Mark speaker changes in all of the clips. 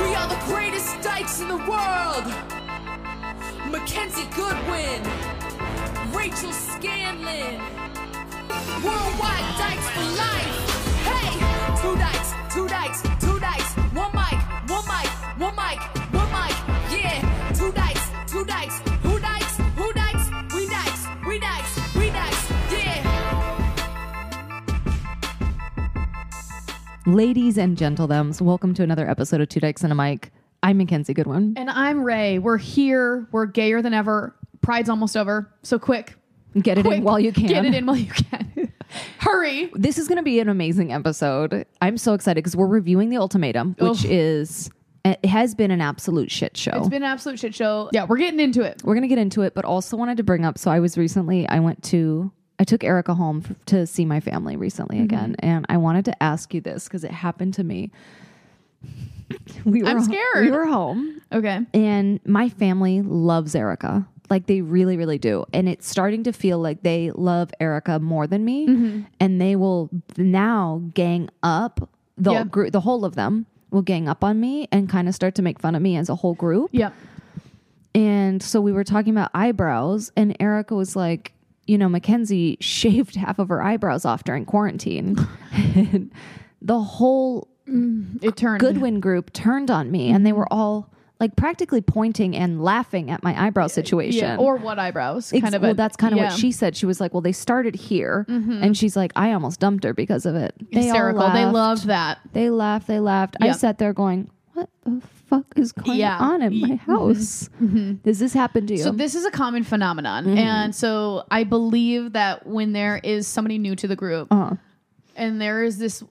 Speaker 1: We are the greatest dykes in the world. Mackenzie Goodwin, Rachel Scanlon, Worldwide Dykes for Life. Hey, two dykes, two dykes, two dykes, one mic, one mic, one mic, one mic. Yeah, two dykes, two dykes, who dykes, who dykes, we dykes, we dykes, we dykes. Yeah.
Speaker 2: Ladies and gentlethems, welcome to another episode of Two Dykes and a Mic. I'm Mackenzie Goodwin.
Speaker 3: And I'm Ray. We're here. We're gayer than ever. Pride's almost over. So quick.
Speaker 2: Get it
Speaker 3: Quick.
Speaker 2: in while you can.
Speaker 3: Get it in while you can. Hurry.
Speaker 2: This is going to be an amazing episode. I'm so excited because we're reviewing The Ultimatum, which
Speaker 3: Oof.
Speaker 2: is, it has been an absolute shit show.
Speaker 3: It's been an absolute shit show. Yeah, we're getting into it.
Speaker 2: we're going to get into it, but also wanted to bring up. So I was recently, I went to, I took Erica home f- to see my family recently
Speaker 3: Mm-hmm.
Speaker 2: again. And I wanted to ask you this because it happened to me. we were
Speaker 3: I'm
Speaker 2: ho-
Speaker 3: scared.
Speaker 2: We were home
Speaker 3: Okay.
Speaker 2: And my family loves Erica. Like they really, really do. And it's starting to feel like they love Erica more than me. And they will now gang up the
Speaker 3: Yeah.
Speaker 2: group, the whole of them will gang up on me and kind of start to make fun of me as a whole group.
Speaker 3: Yep.
Speaker 2: And so we were talking about eyebrows, and Erica was like, you know, Mackenzie shaved half of her eyebrows off during quarantine. and the whole
Speaker 3: It turned.
Speaker 2: Goodwin group turned on me and they were all like practically pointing and laughing at my eyebrow situation.
Speaker 3: Yeah. Or what eyebrows?
Speaker 2: Ex-
Speaker 3: kind of.
Speaker 2: well,
Speaker 3: a-
Speaker 2: that's kind of
Speaker 3: yeah. Mm-hmm.
Speaker 2: what she said. She was like, "Well, they started here," and she's like, "I almost dumped her because of it." They all
Speaker 3: Hysterical. They
Speaker 2: laughed.
Speaker 3: loved that.
Speaker 2: They laughed. They laughed. I
Speaker 3: Yeah.
Speaker 2: sat there going, "What the fuck is going
Speaker 3: Yeah. Mm-hmm.
Speaker 2: on in my house? Does this happen to you?"
Speaker 3: So this is a common phenomenon,
Speaker 2: Mm-hmm.
Speaker 3: and so I believe that when there is somebody new to the group,
Speaker 2: Uh-huh.
Speaker 3: and there is this,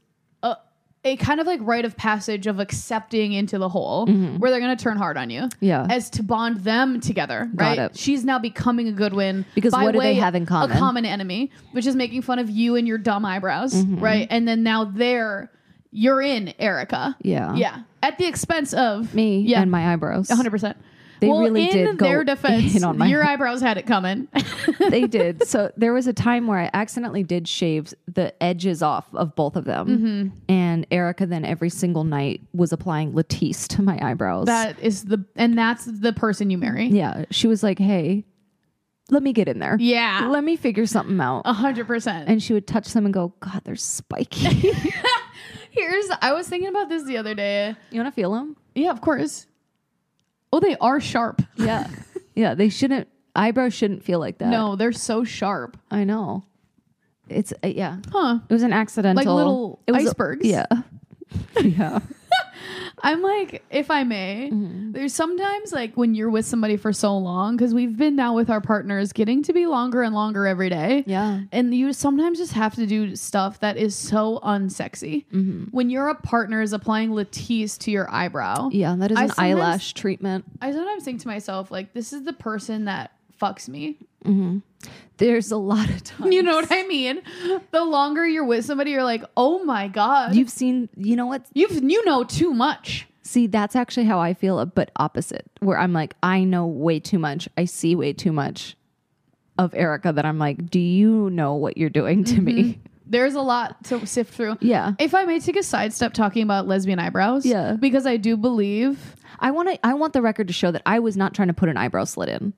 Speaker 3: uh, a kind of like rite of passage of accepting into the whole,
Speaker 2: Mm-hmm.
Speaker 3: where they're going to turn hard on you,
Speaker 2: Yeah.
Speaker 3: as to bond them together,
Speaker 2: Got
Speaker 3: right?
Speaker 2: it.
Speaker 3: She's now becoming a Goodwin
Speaker 2: Because
Speaker 3: by
Speaker 2: what do they
Speaker 3: way-
Speaker 2: have in common?
Speaker 3: A common enemy, which is making fun of you and your dumb eyebrows,
Speaker 2: Mm-hmm.
Speaker 3: right? And then now they're you're in Erica,
Speaker 2: Yeah.
Speaker 3: yeah, at the expense of
Speaker 2: me
Speaker 3: yeah,
Speaker 2: and my eyebrows.
Speaker 3: hundred percent.
Speaker 2: They
Speaker 3: well,
Speaker 2: really
Speaker 3: in
Speaker 2: did go
Speaker 3: their defense,
Speaker 2: in on my-
Speaker 3: your eyebrows had it coming.
Speaker 2: they did. So there was a time where I accidentally did shave the edges off of both of them.
Speaker 3: Mm-hmm.
Speaker 2: And Erica then every single night was applying Latisse to my eyebrows.
Speaker 3: that is the and that's the person you marry.
Speaker 2: yeah. She was like, hey, let me get in there.
Speaker 3: Yeah. Oh.
Speaker 2: Let me figure something out.
Speaker 3: A hundred percent.
Speaker 2: And she would touch them and go, God, they're spiky.
Speaker 3: Here's I was thinking about this the other day.
Speaker 2: you want to feel them?
Speaker 3: Yeah, of course. Oh, they are sharp.
Speaker 2: Yeah. yeah. They shouldn't, eyebrows shouldn't feel like that.
Speaker 3: No, they're so sharp.
Speaker 2: I know. It's, uh, yeah.
Speaker 3: Huh.
Speaker 2: It was an accidental.
Speaker 3: little
Speaker 2: it was a-
Speaker 3: icebergs.
Speaker 2: yeah. yeah.
Speaker 3: I'm like, if I may,
Speaker 2: Mm-hmm.
Speaker 3: there's sometimes like when you're with somebody for so long, because we've been now with our partners getting to be longer and longer every day.
Speaker 2: Yeah.
Speaker 3: And you sometimes just have to do stuff that is so unsexy.
Speaker 2: Mm-hmm.
Speaker 3: When your partner is applying Latisse to your eyebrow,
Speaker 2: Yeah. That is
Speaker 3: I
Speaker 2: an
Speaker 3: sometimes-
Speaker 2: eyelash treatment.
Speaker 3: I sometimes think to myself, like, this is the person that fucks me.
Speaker 2: There's a lot of times
Speaker 3: You know what I mean? The longer you're with somebody, you're like, oh my God.
Speaker 2: you've seen. You know what?
Speaker 3: You've you know too much.
Speaker 2: See, that's actually how I feel, but opposite. Where I'm like, I know way too much. I see way too much of Erica. That I'm like, do you know what you're doing to me?
Speaker 3: There's a lot to sift through.
Speaker 2: Yeah.
Speaker 3: If I may take a sidestep talking about lesbian eyebrows,
Speaker 2: Yeah.
Speaker 3: because I do believe.
Speaker 2: I want to. I want the record to show that I was not trying to put an eyebrow slit in.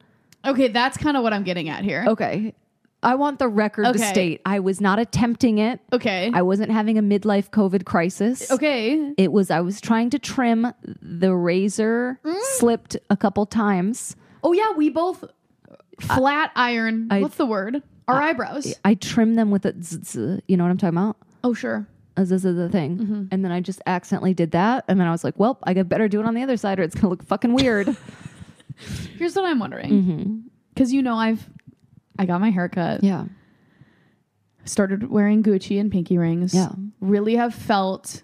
Speaker 3: Okay, that's kind of what I'm getting at here.
Speaker 2: Okay. I want the record to
Speaker 3: Okay.
Speaker 2: state I was not attempting it.
Speaker 3: Okay.
Speaker 2: I wasn't having a midlife COVID crisis.
Speaker 3: okay.
Speaker 2: It was I was trying to trim. The razor
Speaker 3: Mm.
Speaker 2: slipped a couple times.
Speaker 3: Oh yeah, we both flat iron. what's the word? Our eyebrows.
Speaker 2: I trim them with a zzz, zzz, you know what I'm talking about?
Speaker 3: Oh sure.
Speaker 2: A zzz, zzz, zzz thing.
Speaker 3: Mm-hmm.
Speaker 2: And then I just accidentally did that. And then I was like, well, I got better do it on the other side or it's going to look fucking weird.
Speaker 3: Here's what I'm wondering. Because you know I've I got my haircut.
Speaker 2: Mm-hmm. yeah.
Speaker 3: started wearing Gucci and pinky rings.
Speaker 2: Yeah.
Speaker 3: Really have felt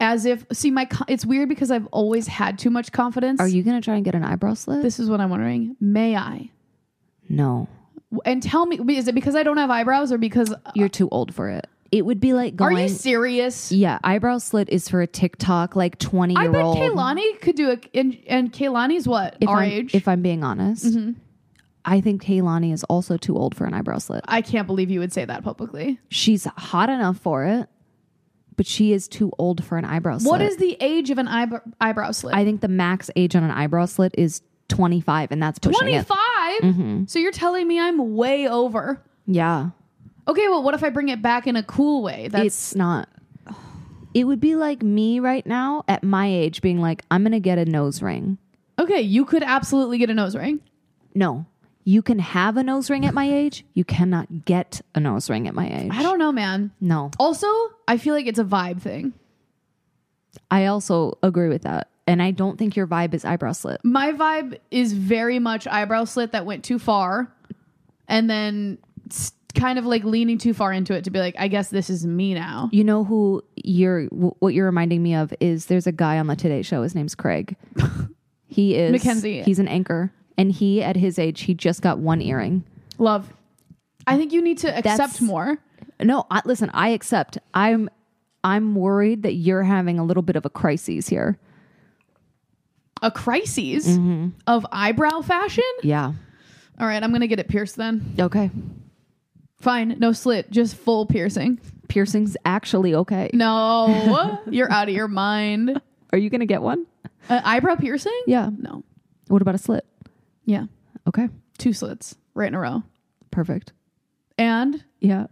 Speaker 3: as if see my co- it's weird because I've always had too much confidence.
Speaker 2: Are you going to try and get an eyebrow slit?
Speaker 3: This is what I'm wondering. May I?
Speaker 2: no.
Speaker 3: W- And tell me is it because I don't have eyebrows or because
Speaker 2: You're too old for it. It would be like
Speaker 3: Uh, Are
Speaker 2: going.
Speaker 3: you serious?
Speaker 2: yeah, eyebrow slit is for a TikTok like 20
Speaker 3: I
Speaker 2: year
Speaker 3: bet
Speaker 2: old.
Speaker 3: Kaylani could do it and and Kaylani's what?
Speaker 2: if
Speaker 3: Our
Speaker 2: I'm,
Speaker 3: age? Mm-hmm.
Speaker 2: If I'm being honest. I think Kaylani is also too old for an eyebrow slit.
Speaker 3: I can't believe you would say that publicly.
Speaker 2: She's hot enough for it, but she is too old for an eyebrow slit.
Speaker 3: What is the age of an eyebrow, eyebrow slit?
Speaker 2: I think the max age on an eyebrow slit is 25, and that's pushing
Speaker 3: Twenty
Speaker 2: it. Mm-hmm.
Speaker 3: So you're telling me I'm way over.
Speaker 2: Yeah,
Speaker 3: Okay, well, what if I bring it back in a cool way? That's
Speaker 2: it's not. It would be like me right now at my age being like, I'm going to get a nose ring.
Speaker 3: okay. You could absolutely get a nose ring.
Speaker 2: No, you can have a nose ring at my age. You cannot get a nose ring at my age.
Speaker 3: I don't know, man.
Speaker 2: No,
Speaker 3: Also, I feel like it's a vibe thing.
Speaker 2: I also agree with that. And I don't think your vibe is eyebrow slit.
Speaker 3: My vibe is very much eyebrow slit that went too far, and then s- kind of like leaning too far into it to be like, I guess this is me now.
Speaker 2: You know who you're, wh- what you're reminding me of is there's a guy on the Today Show. His name's Craig. he is,
Speaker 3: Mackenzie.
Speaker 2: he's an anchor. And he, at his age, he just got one earring.
Speaker 3: Love. I think you need to accept
Speaker 2: That's-
Speaker 3: more.
Speaker 2: No, I, listen, I accept. I'm, I'm worried that you're having a little bit of a crisis here.
Speaker 3: A crises
Speaker 2: Mm-hmm.
Speaker 3: of eyebrow fashion.
Speaker 2: Yeah.
Speaker 3: All right, I'm gonna get it pierced then.
Speaker 2: Okay.
Speaker 3: Fine, no slit, just full piercing.
Speaker 2: Piercing's actually okay.
Speaker 3: No, you're out of your mind.
Speaker 2: Are you going to get one?
Speaker 3: An eyebrow piercing?
Speaker 2: Yeah.
Speaker 3: No.
Speaker 2: What about a slit?
Speaker 3: Yeah.
Speaker 2: Okay.
Speaker 3: Two slits right in a row.
Speaker 2: Perfect.
Speaker 3: And
Speaker 2: Yeah.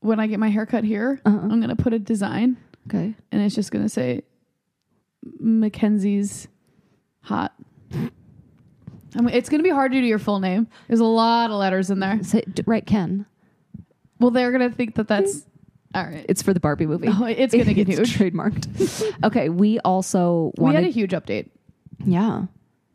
Speaker 3: when I get my hair cut here,
Speaker 2: Uh-huh.
Speaker 3: I'm going to put a design
Speaker 2: Okay.
Speaker 3: and it's just going to say Mackenzie's hot. I mean, it's going to be hard to do your full name. There's a lot of letters in there.
Speaker 2: Say, d- right, Ken.
Speaker 3: Well, they're going to think that that's all right.
Speaker 2: It's for the Barbie movie.
Speaker 3: Oh, it's going to get huge.
Speaker 2: trademarked. okay. We also
Speaker 3: We had a
Speaker 2: wanted.
Speaker 3: huge update.
Speaker 2: yeah.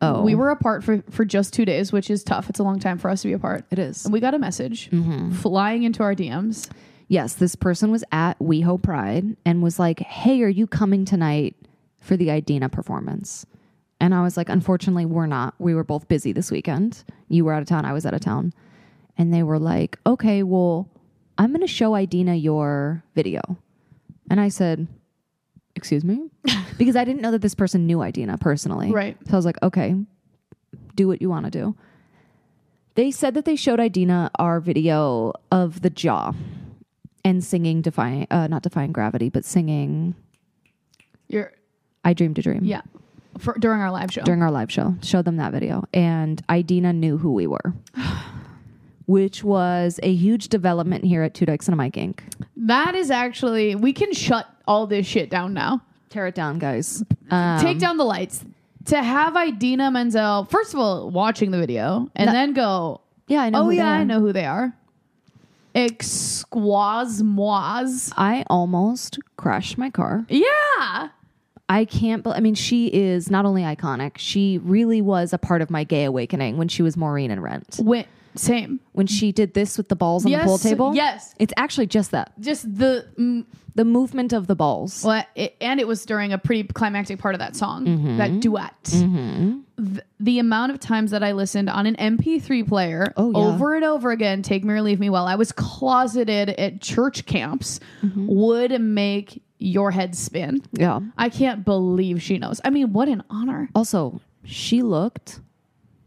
Speaker 2: Oh,
Speaker 3: We were apart for, for just two days, which is tough. It's a long time for us to be apart.
Speaker 2: It is.
Speaker 3: And we got a message
Speaker 2: Mm-hmm.
Speaker 3: flying into our DMs.
Speaker 2: Yes, this person was at WeHo Pride and was like, "Hey, are you coming tonight for the Idina performance?" And I was like, "Unfortunately, we're not. We were both busy this weekend. You were out of town. I was out of town." And they were like, "Okay, well, I'm going to show Idina your video." And I said, "Excuse me," because I didn't know that this person knew Idina personally.
Speaker 3: Right.
Speaker 2: So I was like, "Okay, do what you want to do." They said that they showed Idina our video of the jaw and singing defying uh not defying gravity but singing
Speaker 3: You're,
Speaker 2: i dreamed a dream
Speaker 3: yeah, for, during our live show.
Speaker 2: during our live show showed them that video and idina knew who we were which was a huge development here at two dykes and a mic inc
Speaker 3: That is actually we can shut all this shit down now.
Speaker 2: tear it down guys um,
Speaker 3: Take down the lights. To have Idina Menzel, first of all, watching the video and then go,
Speaker 2: yeah i know
Speaker 3: oh
Speaker 2: who they
Speaker 3: yeah, I
Speaker 2: are.
Speaker 3: know who they are. Exquazmoise.
Speaker 2: i almost crashed my car
Speaker 3: Yeah.
Speaker 2: I can't. bel I mean, she is not only iconic. She really was a part of my gay awakening when she was Maureen in Rent.
Speaker 3: Wait, same.
Speaker 2: When she did this with the balls on
Speaker 3: Yes,
Speaker 2: the pool table.
Speaker 3: yes.
Speaker 2: it's actually just that
Speaker 3: Just the mm,
Speaker 2: the movement of the balls.
Speaker 3: well, it, and it was during a pretty climactic part of that song,
Speaker 2: Mm-hmm.
Speaker 3: that duet. Th- the amount of times that I listened on an MP3 player
Speaker 2: Oh, yeah.
Speaker 3: over and over again, "Take Me or Leave Me," while I was closeted at church camps,
Speaker 2: Mm-hmm.
Speaker 3: would make your head spin.
Speaker 2: yeah.
Speaker 3: I can't believe she knows. I mean, what an honor!
Speaker 2: Also, she looked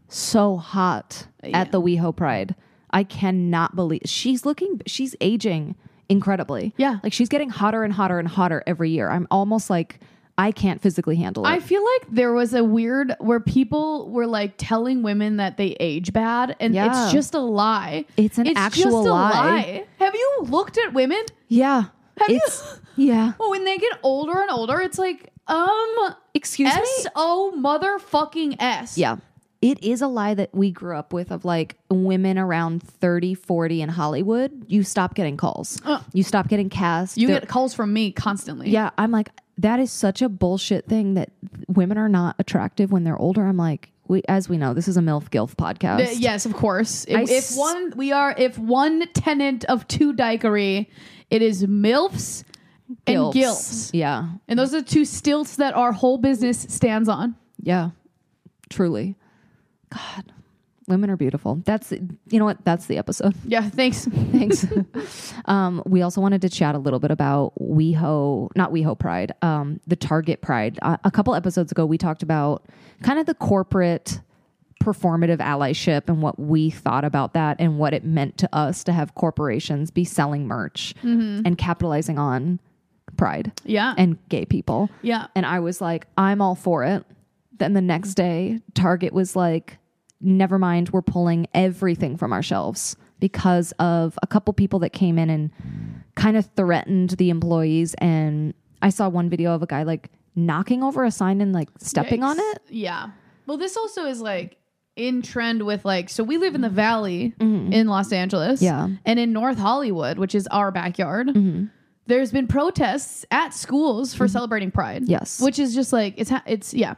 Speaker 2: so hot
Speaker 3: Yeah.
Speaker 2: at the WeHo Pride. I cannot believe she's looking. She's aging incredibly.
Speaker 3: Yeah.
Speaker 2: like she's getting hotter and hotter and hotter every year. I'm almost like I can't physically handle it.
Speaker 3: I feel like there was a weird where people were like telling women that they age bad, and
Speaker 2: Yeah.
Speaker 3: it's just a lie.
Speaker 2: It's an actual lie.
Speaker 3: Have you looked at women?
Speaker 2: yeah,
Speaker 3: Have you-
Speaker 2: it's yeah.
Speaker 3: Well, when they get older and older, it's like, um,
Speaker 2: Excuse
Speaker 3: S
Speaker 2: me.
Speaker 3: O motherfucking S.
Speaker 2: Yeah. It is a lie that we grew up with of like women around 30, 40 in Hollywood. You stop getting calls.
Speaker 3: Uh.
Speaker 2: you stop getting cast.
Speaker 3: You
Speaker 2: They're-
Speaker 3: get calls from me constantly.
Speaker 2: Yeah, I'm like that is such a bullshit thing that women are not attractive when they're older. I'm like, we as we know, this is a milf gilf podcast.
Speaker 3: Uh, yes, of course.
Speaker 2: I
Speaker 3: If, if
Speaker 2: s-
Speaker 3: one we are if one tenant of two dykery, it is MILFs and gilfs.
Speaker 2: Yeah,
Speaker 3: And those are the two stilts that our whole business stands on.
Speaker 2: yeah, truly. God, women are beautiful. That's you know what? That's the episode.
Speaker 3: Yeah, thanks.
Speaker 2: Thanks. um, we also wanted to chat a little bit about WeHo, not WeHo Pride, um, the Target Pride. Uh, a couple episodes ago, we talked about kind of the corporate performative allyship and what we thought about that and what it meant to us to have corporations be selling merch and capitalizing on pride
Speaker 3: Yeah.
Speaker 2: and gay people.
Speaker 3: yeah.
Speaker 2: And I was like, I'm all for it. Then the next day, Target was like, never mind, we're pulling everything from our shelves because of a couple people that came in and kind of threatened the employees. And I saw one video of a guy like knocking over a sign and like stepping on
Speaker 3: Yikes.
Speaker 2: it.
Speaker 3: Yeah. Well, this also is like in trend with like so we live in the valley in Los Angeles.
Speaker 2: Mm-hmm. Yeah. Mm-hmm.
Speaker 3: And in North Hollywood, which is our backyard. There's been protests at schools for celebrating Pride.
Speaker 2: Yes.
Speaker 3: Which is just like it's ha- it's yeah.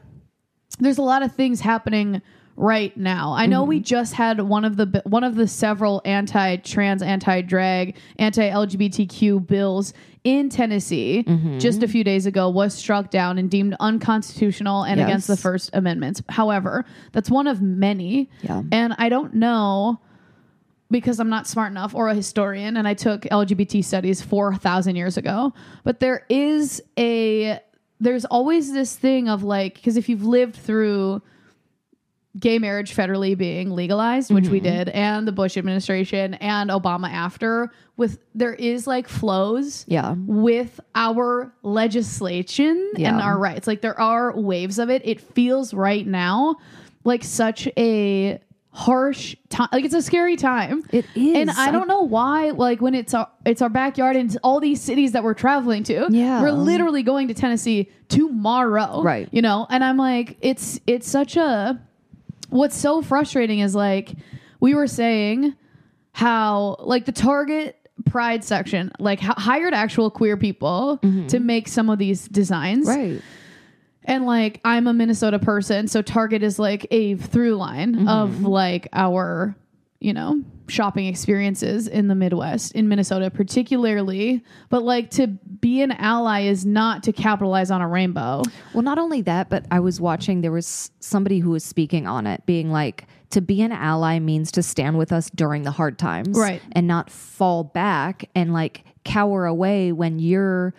Speaker 3: There's a lot of things happening right now. I know we
Speaker 2: Mm-hmm.
Speaker 3: just had one of the bi- one of the several anti-trans, anti-drag, anti-LGBTQ bills in Tennessee
Speaker 2: Mm-hmm.
Speaker 3: just a few days ago was struck down and deemed unconstitutional and
Speaker 2: Yes.
Speaker 3: against the First Amendment. However, that's one of many.
Speaker 2: Yeah.
Speaker 3: And I don't know because I'm not smart enough or a historian and I took LGBT studies 4,000 years ago. But there is a, there's always this thing of like, because if you've lived through gay marriage federally being legalized, which we did, and the Bush administration and Obama after, with there is like flows
Speaker 2: Yeah.
Speaker 3: with our legislation
Speaker 2: Yeah.
Speaker 3: and our rights. Like there are waves of it. It feels right now like such a harsh time. Like it's a scary time.
Speaker 2: It is.
Speaker 3: And I don't know why, like when it's our it's our backyard and it's all these cities that we're traveling to.
Speaker 2: Yeah.
Speaker 3: We're literally going to Tennessee tomorrow.
Speaker 2: Right.
Speaker 3: You know, and I'm like, it's it's such a what's so frustrating is like we were saying how like the target pride section like h- hired actual queer people to make some of these designs
Speaker 2: Mm-hmm. Right.
Speaker 3: and like i'm a minnesota person so target is like a through line of like our you know shopping experiences in the midwest in minnesota particularly but like to be an ally is not to capitalize on a rainbow
Speaker 2: Well, not only that, but I was watching, there was somebody who was speaking on it, being like, to be an ally means to stand with us during the hard times.
Speaker 3: Right.
Speaker 2: And not fall back and like cower away when you're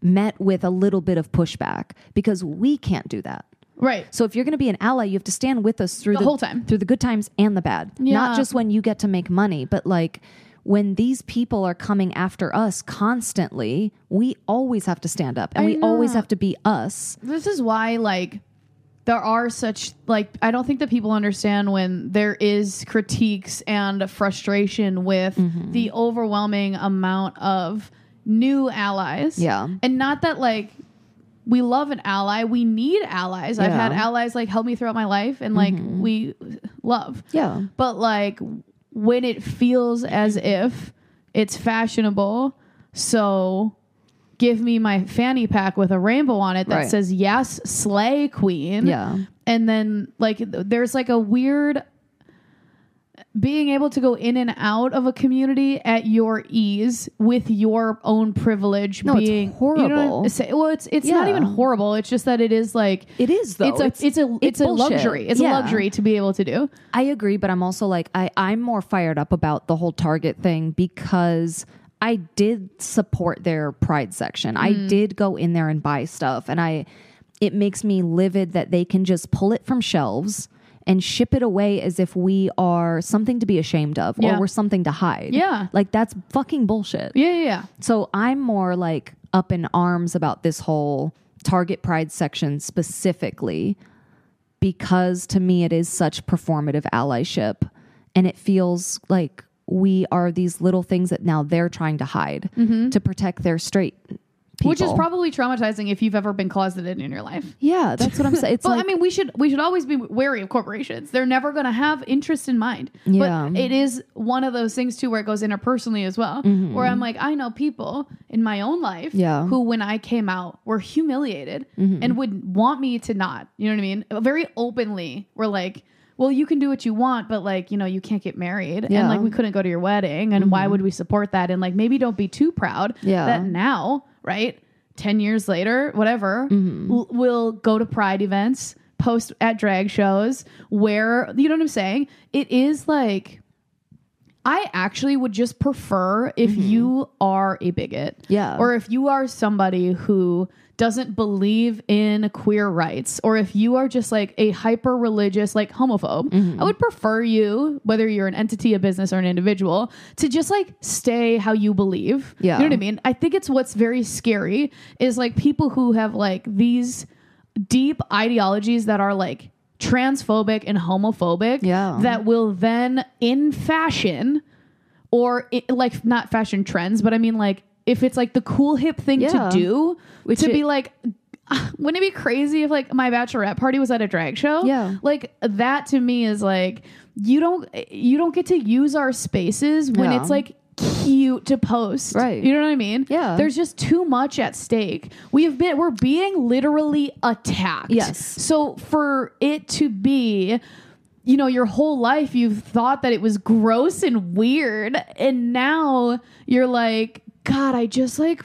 Speaker 2: met with a little bit of pushback because we can't do that.
Speaker 3: right
Speaker 2: So if you're going to be an ally, you have to stand with us through
Speaker 3: The whole time.
Speaker 2: through the good times and the bad.
Speaker 3: Yeah.
Speaker 2: Not just when you get to make money, but like when these people are coming after us constantly, we always have to stand up and
Speaker 3: I
Speaker 2: we always
Speaker 3: know.
Speaker 2: have to be us.
Speaker 3: this is why like there are such like i don't think that people understand when there is critiques and frustration with
Speaker 2: Mm-hmm.
Speaker 3: the overwhelming amount of new allies
Speaker 2: Yeah.
Speaker 3: and not that like we love an ally we need allies
Speaker 2: Yeah.
Speaker 3: i've
Speaker 2: Mm-hmm.
Speaker 3: had allies like help me throughout my life and like we love
Speaker 2: Yeah.
Speaker 3: but like when it feels as if it's fashionable so give me my fanny pack with a rainbow on it that
Speaker 2: Right.
Speaker 3: says yes slay queen
Speaker 2: Yeah.
Speaker 3: and then like th- there's like a weird being able to go in and out of a community at your ease with your own privilege
Speaker 2: No, it's
Speaker 3: being You know
Speaker 2: horrible.
Speaker 3: what I'm say- well it's it's not
Speaker 2: Yeah.
Speaker 3: even horrible it's just that it is like
Speaker 2: It is though.
Speaker 3: it's a it's, a it's, a
Speaker 2: bullshit.
Speaker 3: luxury it's
Speaker 2: Yeah.
Speaker 3: a luxury to be able to do
Speaker 2: I agree, but I'm also like I I'm more fired up about the whole Target thing because I did support their Pride section. I
Speaker 3: Mm.
Speaker 2: did go in there and buy stuff, and I it makes me livid that they can just pull it from shelves and ship it away as if we are something to be ashamed of
Speaker 3: Yeah.
Speaker 2: or we're something to hide.
Speaker 3: Yeah.
Speaker 2: like that's fucking bullshit.
Speaker 3: yeah yeah, yeah.
Speaker 2: So I'm more like up in arms about this whole Target Pride section specifically because to me it is such performative allyship and it feels like we are these little things that now they're trying to hide to protect their straight people.
Speaker 3: Mm-hmm. Which is probably traumatizing if you've ever been closeted in your life.
Speaker 2: yeah, that's what I'm saying. It's
Speaker 3: But
Speaker 2: like,
Speaker 3: I mean, we should we should always be wary of corporations. They're never going to have interest in mind.
Speaker 2: Yeah.
Speaker 3: But it is one of those things too where it goes interpersonally as well. Where I'm like, I know people in my own life
Speaker 2: Mm-hmm. Yeah. Mm-hmm.
Speaker 3: who, when I came out, were humiliated and would want me to not. You know what I mean? Very openly, were like. Well, you can do what you want, but like, you know, you can't get married.
Speaker 2: Yeah. Mm-hmm.
Speaker 3: And like, we couldn't go to your wedding. And why would we support that? And like, maybe don't be too proud
Speaker 2: Yeah.
Speaker 3: that now, right? 10 years later, whatever,
Speaker 2: Mm-hmm.
Speaker 3: l- will go to pride events, post at drag shows, where, you know what I'm saying? It is like, I actually would just prefer if you are a bigot.
Speaker 2: Mm-hmm. Yeah.
Speaker 3: Or if you are somebody who doesn't believe in queer rights, or if you are just like a hyper religious, like homophobe,
Speaker 2: Mm-hmm.
Speaker 3: I would prefer you, whether you're an entity, a business, or an individual, to just like stay how you believe.
Speaker 2: Yeah.
Speaker 3: You know what I mean? I think it's what's very scary is like people who have like these deep ideologies that are like transphobic and homophobic
Speaker 2: Yeah.
Speaker 3: that will then in fashion or i like not fashion trends but i mean like if it's like the cool hip thing
Speaker 2: Yeah.
Speaker 3: to do
Speaker 2: Which
Speaker 3: to
Speaker 2: it-
Speaker 3: be like "Ah, wouldn't it be crazy if like my bachelorette party was at a drag show
Speaker 2: Yeah.
Speaker 3: like that to me is like you don't you don't get to use our spaces when
Speaker 2: Yeah.
Speaker 3: it's like cute to post
Speaker 2: Right.
Speaker 3: you know what i mean
Speaker 2: Yeah.
Speaker 3: there's just too much at stake we've been we're being literally attacked
Speaker 2: Yes.
Speaker 3: so for it to be you know, your whole life you've thought that it was gross and weird, and now you're like, God, I just like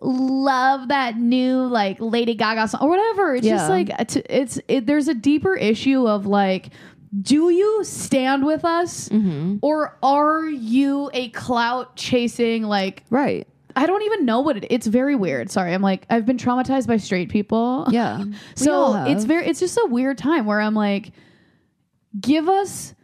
Speaker 3: love that new like Lady Gaga song or whatever. It's just
Speaker 2: Yeah.
Speaker 3: like it's, it's it, there's a deeper issue of like. Do you stand with us
Speaker 2: Mm-hmm.
Speaker 3: or are you a clout chasing like
Speaker 2: Right.
Speaker 3: I don't even know what it it's very weird. Sorry. I'm like I've been traumatized by straight people.
Speaker 2: Yeah. We all
Speaker 3: So
Speaker 2: have.
Speaker 3: it's very it's just a weird time where I'm like, give us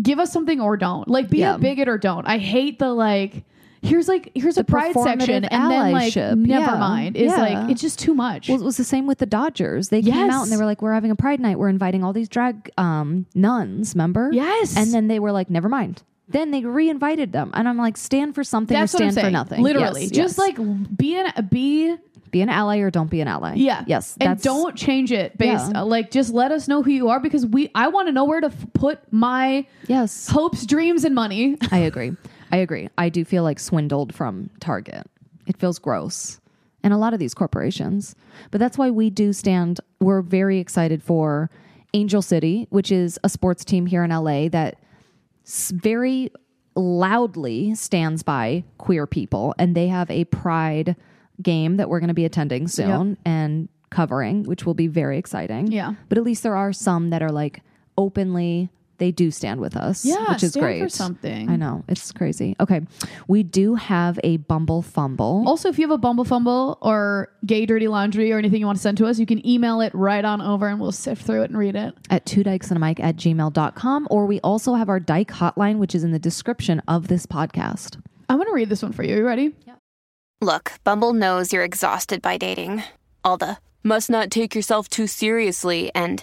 Speaker 3: give us something or don't. Like be
Speaker 2: Yeah.
Speaker 3: a bigot or don't. I hate the like here's like here's a pride section
Speaker 2: performative
Speaker 3: and then like
Speaker 2: allyship.
Speaker 3: never
Speaker 2: Yeah.
Speaker 3: mind. It's
Speaker 2: Yeah.
Speaker 3: like it's just too much.
Speaker 2: Well, it was the same with the Dodgers. They came
Speaker 3: Yes.
Speaker 2: out and they were like, "We're having a Pride night. We're inviting all these drag um, nuns." Remember?
Speaker 3: Yes.
Speaker 2: And then they were like, "Never mind." Then they reinvited them, and I'm like, "Stand for something
Speaker 3: That's
Speaker 2: or
Speaker 3: what I'm
Speaker 2: stand for
Speaker 3: saying.
Speaker 2: nothing."
Speaker 3: Literally.
Speaker 2: Yes,
Speaker 3: just
Speaker 2: yes.
Speaker 3: like be an be
Speaker 2: be an ally or don't be an ally.
Speaker 3: Yeah.
Speaker 2: Yes.
Speaker 3: And don't change it based uh,
Speaker 2: Yeah.
Speaker 3: like just let us know who you are because we I want to know where to f- put my
Speaker 2: Yes.
Speaker 3: hopes, dreams, and money.
Speaker 2: I agree. I agree. I do feel like swindled from Target. It feels gross. And a lot of these corporations. But that's why we do stand, we're very excited for Angel City, which is a sports team here in LA that s- very loudly stands by queer people. And they have a pride game that we're going to be attending soon and covering, which will be very exciting.
Speaker 3: Yeah.
Speaker 2: But at least there are some that are like openly, they do stand with us
Speaker 3: Yeah,
Speaker 2: which is
Speaker 3: stand for
Speaker 2: great.
Speaker 3: something.
Speaker 2: I know it's crazy. Okay, we do have a Bumble Fumble.
Speaker 3: Also, if you have a Bumble Fumble or gay dirty laundry or anything you want to send to us, you can email it right on over and we'll sift through it and read it.
Speaker 2: at two dykes and a mic at gmail.com or we also have our dyke hotline which is in the description of this podcast
Speaker 3: I'm going to read this one for you. You ready?
Speaker 4: Look, Bumble knows you're exhausted by dating. All the must not take yourself too seriously and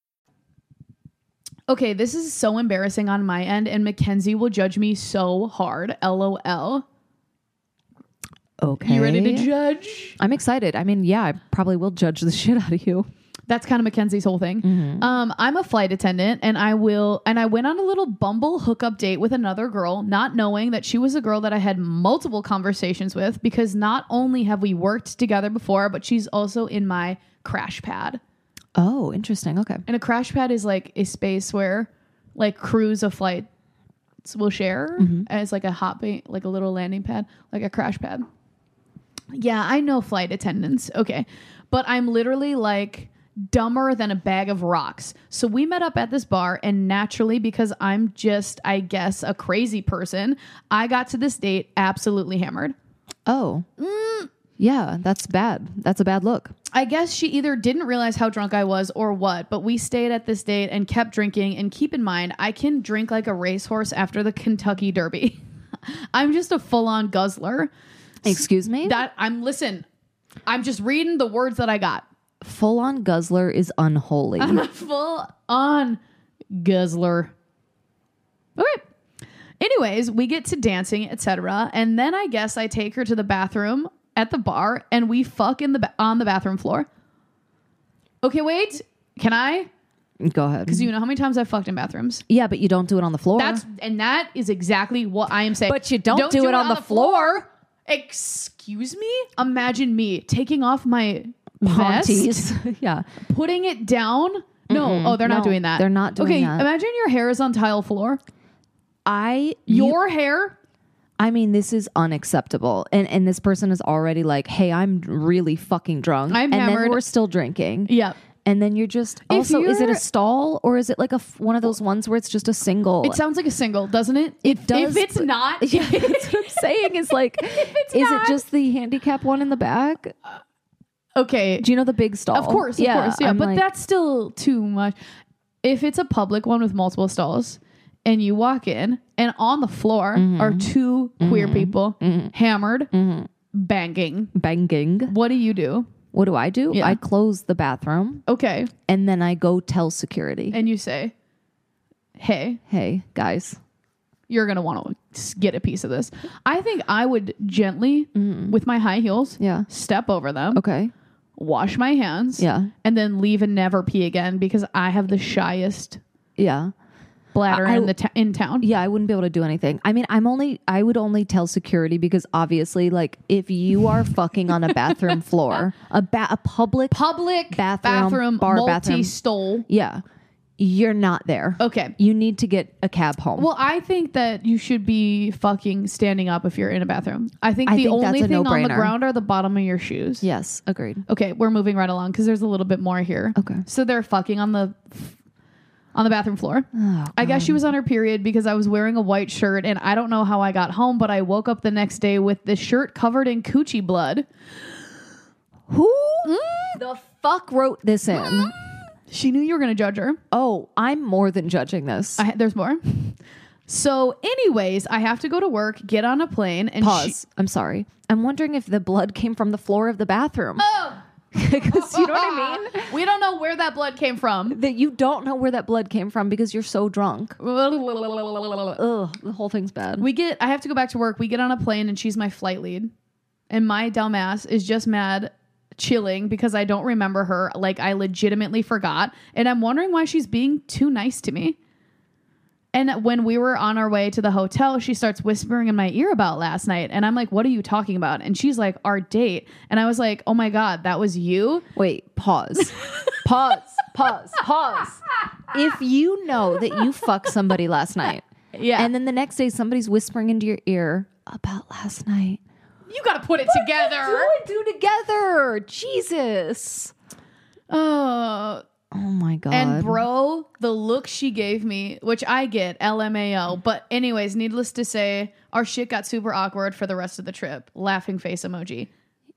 Speaker 3: Okay, this is so embarrassing on my end, and Mackenzie will judge me so hard. LOL.
Speaker 2: okay
Speaker 3: You ready to judge?
Speaker 2: i'm excited i mean yeah i probably will judge the shit out of you
Speaker 3: That's kind of Mackenzie's whole thing. Um, I'm a flight attendant, and I will, and I went on a little Bumble hookup date with another girl, not knowing that she was a girl that I had multiple conversations with because not only have we worked together before, but she's also in my crash pad.
Speaker 2: oh interesting okay
Speaker 3: And a crash pad is like a space where, like, crews of flights will share as like a hot bait, like a little landing pad, like a crash pad. Yeah, I know flight attendants. Okay. But I'm literally like dumber than a bag of rocks. So we met up at this bar, and naturally, because I'm just, I guess, a crazy person, I got to this date absolutely hammered.
Speaker 2: oh yeah that's bad that's a bad look
Speaker 3: I guess she either didn't realize how drunk I was or what, but we stayed at this date and kept drinking. And keep in mind, I can drink like a racehorse after the Kentucky Derby. I'm just a full on guzzler.
Speaker 2: excuse me
Speaker 3: That I'm listen, I'm just reading the words that I got.
Speaker 2: full on guzzler is unholy.
Speaker 3: I'm a full on guzzler. Okay. Anyways, we get to dancing, etc. And then I guess I take her to the bathroom at the bar and we fuck in the ba- on the bathroom floor. Okay, wait. Can I?
Speaker 2: Go ahead.
Speaker 3: Because you know how many times I've fucked in bathrooms.
Speaker 2: yeah, but you don't do it on the floor.
Speaker 3: That's and that is exactly what I am saying.
Speaker 2: But you don't do it on the floor.
Speaker 3: Excuse me? Imagine me taking off my vest,
Speaker 2: Ponties. yeah.
Speaker 3: putting it down. No, oh, they're not
Speaker 2: No,
Speaker 3: doing that.
Speaker 2: they're not doing
Speaker 3: okay,
Speaker 2: that.
Speaker 3: imagine your hair is on tile floor.
Speaker 2: I you-
Speaker 3: Your hair
Speaker 2: I mean, this is unacceptable. And and this person is already like, hey, I'm really fucking drunk.
Speaker 3: I'm
Speaker 2: and then
Speaker 3: hammered.
Speaker 2: we're still drinking.
Speaker 3: Yep.
Speaker 2: And then you're just also is it
Speaker 3: you're-
Speaker 2: a stall or is it like a f- one of those ones where it's just a single?
Speaker 3: It sounds like a single, doesn't it?
Speaker 2: It does,
Speaker 3: If it's
Speaker 2: but-
Speaker 3: not,
Speaker 2: yeah, that's what I'm saying. Is like,
Speaker 3: it's
Speaker 2: is
Speaker 3: not-
Speaker 2: it just the handicap one in the back?
Speaker 3: okay.
Speaker 2: Do you know the big stall?
Speaker 3: Of course, of course, yeah.
Speaker 2: I'm
Speaker 3: but
Speaker 2: like,
Speaker 3: that's still too much. If it's a public one with multiple stalls, and you walk in, and on the floor
Speaker 2: Mm-hmm.
Speaker 3: are 2 queer people hammered, banging.
Speaker 2: banging.
Speaker 3: What do you do?
Speaker 2: What do I do?
Speaker 3: Yeah.
Speaker 2: I close the bathroom
Speaker 3: Okay,
Speaker 2: and then I go tell security.
Speaker 3: and you say, "Hey,
Speaker 2: hey guys,
Speaker 3: you're gonna want to get a piece of this." I think I would gently, with my high heels,
Speaker 2: Mm-hmm. Yeah.
Speaker 3: step over them,
Speaker 2: okay,
Speaker 3: wash my hands,
Speaker 2: Yeah.
Speaker 3: and then leave and never pee again because I have the shyest
Speaker 2: yeah.
Speaker 3: bladder
Speaker 2: I-
Speaker 3: in the ta- in town.
Speaker 2: Yeah, I wouldn't be able to do anything. I mean, I'm only I would only tell security because obviously like if you are fucking on a bathroom floor, a ba- a public
Speaker 3: public
Speaker 2: Bathroom, bar bathroom.
Speaker 3: multi-stole.
Speaker 2: yeah, you're not there.
Speaker 3: Okay.
Speaker 2: You need to get a cab home.
Speaker 3: Oh. Well, I think that you should be fucking standing up if you're in a bathroom. I think
Speaker 2: I
Speaker 3: the
Speaker 2: think that's
Speaker 3: only
Speaker 2: a
Speaker 3: thing on the
Speaker 2: no-brainer.
Speaker 3: ground are the bottom of your shoes.
Speaker 2: yes, agreed.
Speaker 3: Okay, we're moving right along because there's a little bit more here.
Speaker 2: Okay.
Speaker 3: So they're fucking on the on the bathroom floor.
Speaker 2: Oh,
Speaker 3: I guess she was on her period because I was wearing a white shirt and I don't know how I got home, but I woke up the next day with this shirt covered in coochie blood.
Speaker 2: Who the fuck wrote this in?
Speaker 3: She knew you were going to judge her.
Speaker 2: Oh, I'm more than judging this.
Speaker 3: I, there's more. So, anyways, I have to go to work, get on a plane, and she-
Speaker 2: Pause. I'm sorry. I'm wondering if the blood came from the floor of the bathroom.
Speaker 3: Oh.
Speaker 2: 'Cause you know what I mean?
Speaker 3: we don't know where that blood came from.
Speaker 2: That you don't know where that blood came from because you're so drunk. Ugh, the whole thing's bad.
Speaker 3: We get. I have to go back to work. We get on a plane, and she's my flight lead, and my dumbass is just mad, chilling because I don't remember her. Like I legitimately forgot, and I'm wondering why she's being too nice to me. And when we were on our way to the hotel, she starts whispering in my ear about last night. And I'm like, What are you talking about? And she's like, Our date. And I was like, Oh my God, that was you?
Speaker 2: Wait, pause. pause, pause, pause. If you know that you fucked somebody last night,
Speaker 3: Yeah.
Speaker 2: and then the next day somebody's whispering into your ear about last night.
Speaker 3: You got to put it together.
Speaker 2: What do we do together? Jesus.
Speaker 3: Oh,
Speaker 2: Oh my god.
Speaker 3: and bro, the look she gave me, which I get, LMAO. But anyways, needless to say, our shit got super awkward for the rest of the trip. Laughing face emoji.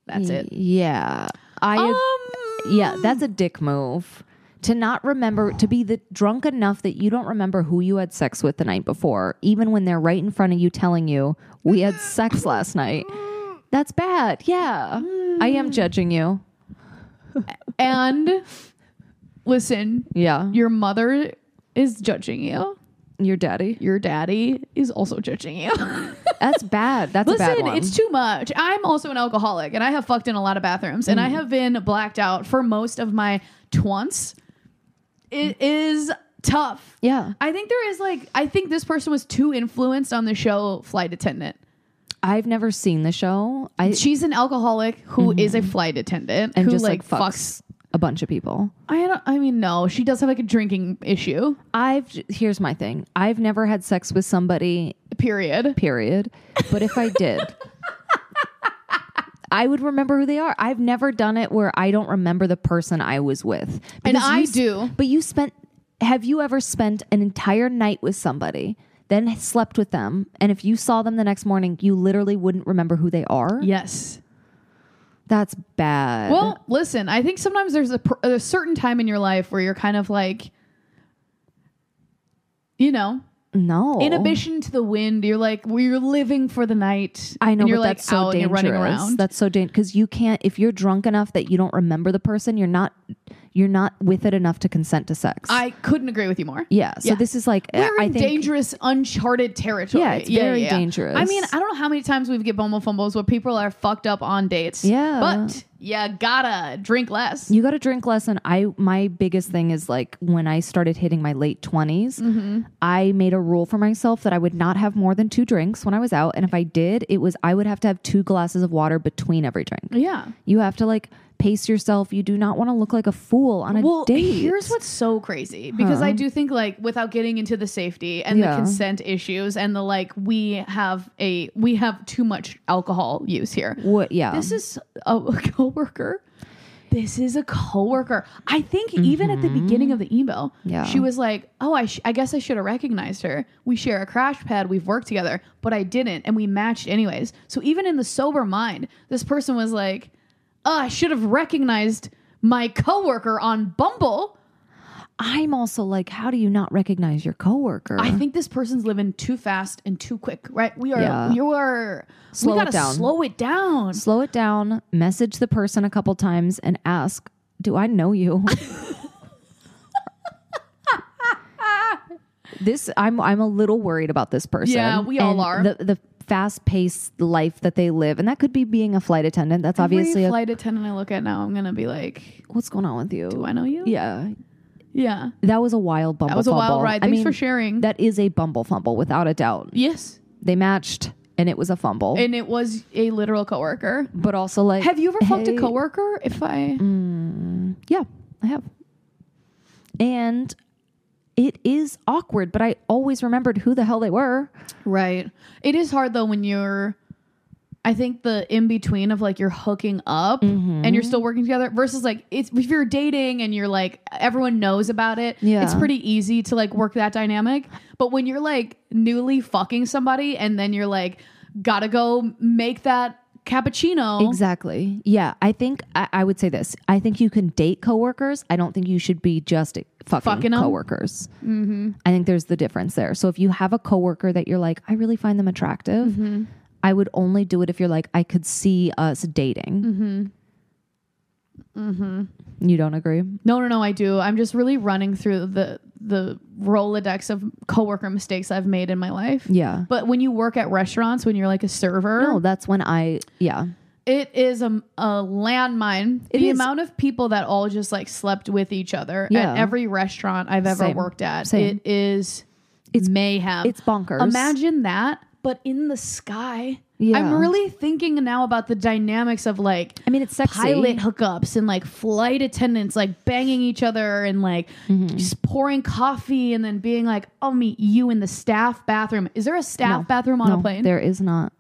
Speaker 3: That's it. Um,
Speaker 2: Yeah. I Yeah, that's a dick move. To not remember to be the drunk enough that you don't remember who you had sex with the night before, even when they're right in front of you telling you we had sex last night. That's bad. Yeah. I am judging you.
Speaker 3: And listen,
Speaker 2: Yeah.
Speaker 3: your mother is judging you.
Speaker 2: Your daddy.
Speaker 3: Your daddy is also judging you.
Speaker 2: That's bad. That's a bad
Speaker 3: Listen,
Speaker 2: one.
Speaker 3: it's too much. I'm also an alcoholic and I have fucked in a lot of bathrooms
Speaker 2: Mm.
Speaker 3: and I have been blacked out for most of my twants. It is tough.
Speaker 2: yeah.
Speaker 3: I think there is like I think this person was too influenced on the show Flight Attendant.
Speaker 2: I've never seen the show. I
Speaker 3: She's an alcoholic who is a flight attendant
Speaker 2: Mm-hmm. and
Speaker 3: who
Speaker 2: just
Speaker 3: like,
Speaker 2: like, fucks, a bunch of people.
Speaker 3: I don't I mean no, she does have like a drinking issue.
Speaker 2: I've here's my thing. I've never had sex with somebody
Speaker 3: Period.
Speaker 2: period. But if I did, I would remember who they are. I've never done it where I don't remember the person I was with.
Speaker 3: And
Speaker 2: Because
Speaker 3: I
Speaker 2: you s-
Speaker 3: do.
Speaker 2: But you spent, have you ever spent an entire night with somebody, then slept with them? And if you saw them the next morning, you literally wouldn't remember who they are?
Speaker 3: Yes.
Speaker 2: That's bad.
Speaker 3: Well, listen, I think sometimes there's a, pr- a certain time in your life where you're kind of like, you know,
Speaker 2: No.
Speaker 3: Inhibition to the wind. You're like, well, you're living for the night.
Speaker 2: I know,
Speaker 3: and you're
Speaker 2: but
Speaker 3: like
Speaker 2: that's so
Speaker 3: out and you're
Speaker 2: dangerous.
Speaker 3: running around.
Speaker 2: That's so dangerous because you can't. If you're drunk enough that you don't remember the person, you're not. You're not with it enough to consent to sex.
Speaker 3: I couldn't agree with you more.
Speaker 2: yeah. So
Speaker 3: Yeah.
Speaker 2: this is like I-
Speaker 3: We're
Speaker 2: I
Speaker 3: in
Speaker 2: think
Speaker 3: dangerous, uncharted territory.
Speaker 2: Yeah, it's very dangerous.
Speaker 3: I mean, I don't know how many times we've get bumble fumbles where people are fucked up on dates.
Speaker 2: Yeah.
Speaker 3: But you gotta drink less.
Speaker 2: you got to drink less. And I my biggest thing is like when I started hitting my late 20s
Speaker 3: Mm-hmm.
Speaker 2: I made a rule for myself that I would not have more than two drinks when I was out, and if I did, it was I would have to have two glasses of water between every drink.
Speaker 3: yeah.
Speaker 2: You have to like pace yourself. You do not want to look like a fool on a
Speaker 3: Well,
Speaker 2: date.
Speaker 3: here's what's so crazy because I do think like without getting into the safety and
Speaker 2: Yeah.
Speaker 3: the consent issues and the like we have a we have too much alcohol use here.
Speaker 2: What? Yeah.
Speaker 3: This is a coworker. This is a coworker. I think even at the beginning of the email,
Speaker 2: Mm-hmm. Yeah.
Speaker 3: she was like, "Oh, I, sh- I guess I should have recognized her. We share a crash pad. We've worked together, but I didn't, and we matched anyways." So even in the sober mind, this person was like, "Oh, I should have recognized my coworker on Bumble."
Speaker 2: I'm also like, how do you not recognize your coworker?
Speaker 3: I think this person's living too fast and too quick. Right? We are.
Speaker 2: Yeah.
Speaker 3: You are.
Speaker 2: Slow
Speaker 3: we
Speaker 2: it
Speaker 3: gotta
Speaker 2: down.
Speaker 3: slow it down.
Speaker 2: slow it down, message the person a couple times, and ask, "Do I know you?" this I'm I'm a little worried about this person.
Speaker 3: Yeah, we all
Speaker 2: and
Speaker 3: are.
Speaker 2: The the fast paced life that they live, and that could be being a flight attendant. That's obviously uh,
Speaker 3: Every
Speaker 2: a,
Speaker 3: flight attendant I look at now, I'm gonna be like,
Speaker 2: what's going on with you.
Speaker 3: "Do I know you?"
Speaker 2: Yeah,
Speaker 3: Yeah.
Speaker 2: that was a wild bumble.
Speaker 3: That was a wild
Speaker 2: fumble.
Speaker 3: ride.
Speaker 2: I
Speaker 3: Thanks
Speaker 2: mean,
Speaker 3: for sharing.
Speaker 2: That is a bumble fumble without a doubt.
Speaker 3: yes.
Speaker 2: They matched, and it was a fumble.
Speaker 3: And it was a literal coworker.
Speaker 2: but also, like,
Speaker 3: Have you ever fucked a
Speaker 2: hey-
Speaker 3: coworker? If I
Speaker 2: Yeah, I have. And it is awkward, but I always remembered who the hell they were.
Speaker 3: Right. It is hard though when you're I think the in between of like you're hooking up and you're still working together versus like it's if you're dating and you're like everyone knows about it,
Speaker 2: Yeah.
Speaker 3: it's pretty easy to like work that dynamic. But when you're like newly fucking somebody and then you're like gotta go make that cappuccino.
Speaker 2: Exactly. Yeah, I think I, I would say this. I think you can date coworkers. I don't think you should be just fucking,
Speaker 3: Fucking 'em? Mm-hmm.
Speaker 2: coworkers. I think there's the difference there. So if you have a coworker that you're like, I really find them attractive,
Speaker 3: Mm-hmm.
Speaker 2: I would only do it if you're like, I could see us dating. Mm-hmm. Mm-hmm. You don't agree?
Speaker 3: No, no, no, I do. I'm just really running through the the Rolodex of coworker mistakes I've made in my life.
Speaker 2: Yeah.
Speaker 3: But when you work at restaurants, when you're like a server,
Speaker 2: No, that's when I. Yeah.
Speaker 3: It is a, a landmine. the
Speaker 2: is.
Speaker 3: amount of people that all just like slept with each other
Speaker 2: Yeah.
Speaker 3: at every restaurant I've ever
Speaker 2: Same.
Speaker 3: worked at.
Speaker 2: Same.
Speaker 3: It is it's mayhem.
Speaker 2: it's bonkers.
Speaker 3: Imagine that, but in the sky.
Speaker 2: Yeah.
Speaker 3: I'm really thinking now about the dynamics of like
Speaker 2: I mean, it's sexy.
Speaker 3: pilot hookups and like flight attendants like banging each other and like
Speaker 2: Mm-hmm.
Speaker 3: just pouring coffee and then being like, I'll meet you in the staff bathroom. Is there a staff bathroom on
Speaker 2: No,
Speaker 3: a plane?
Speaker 2: There is not.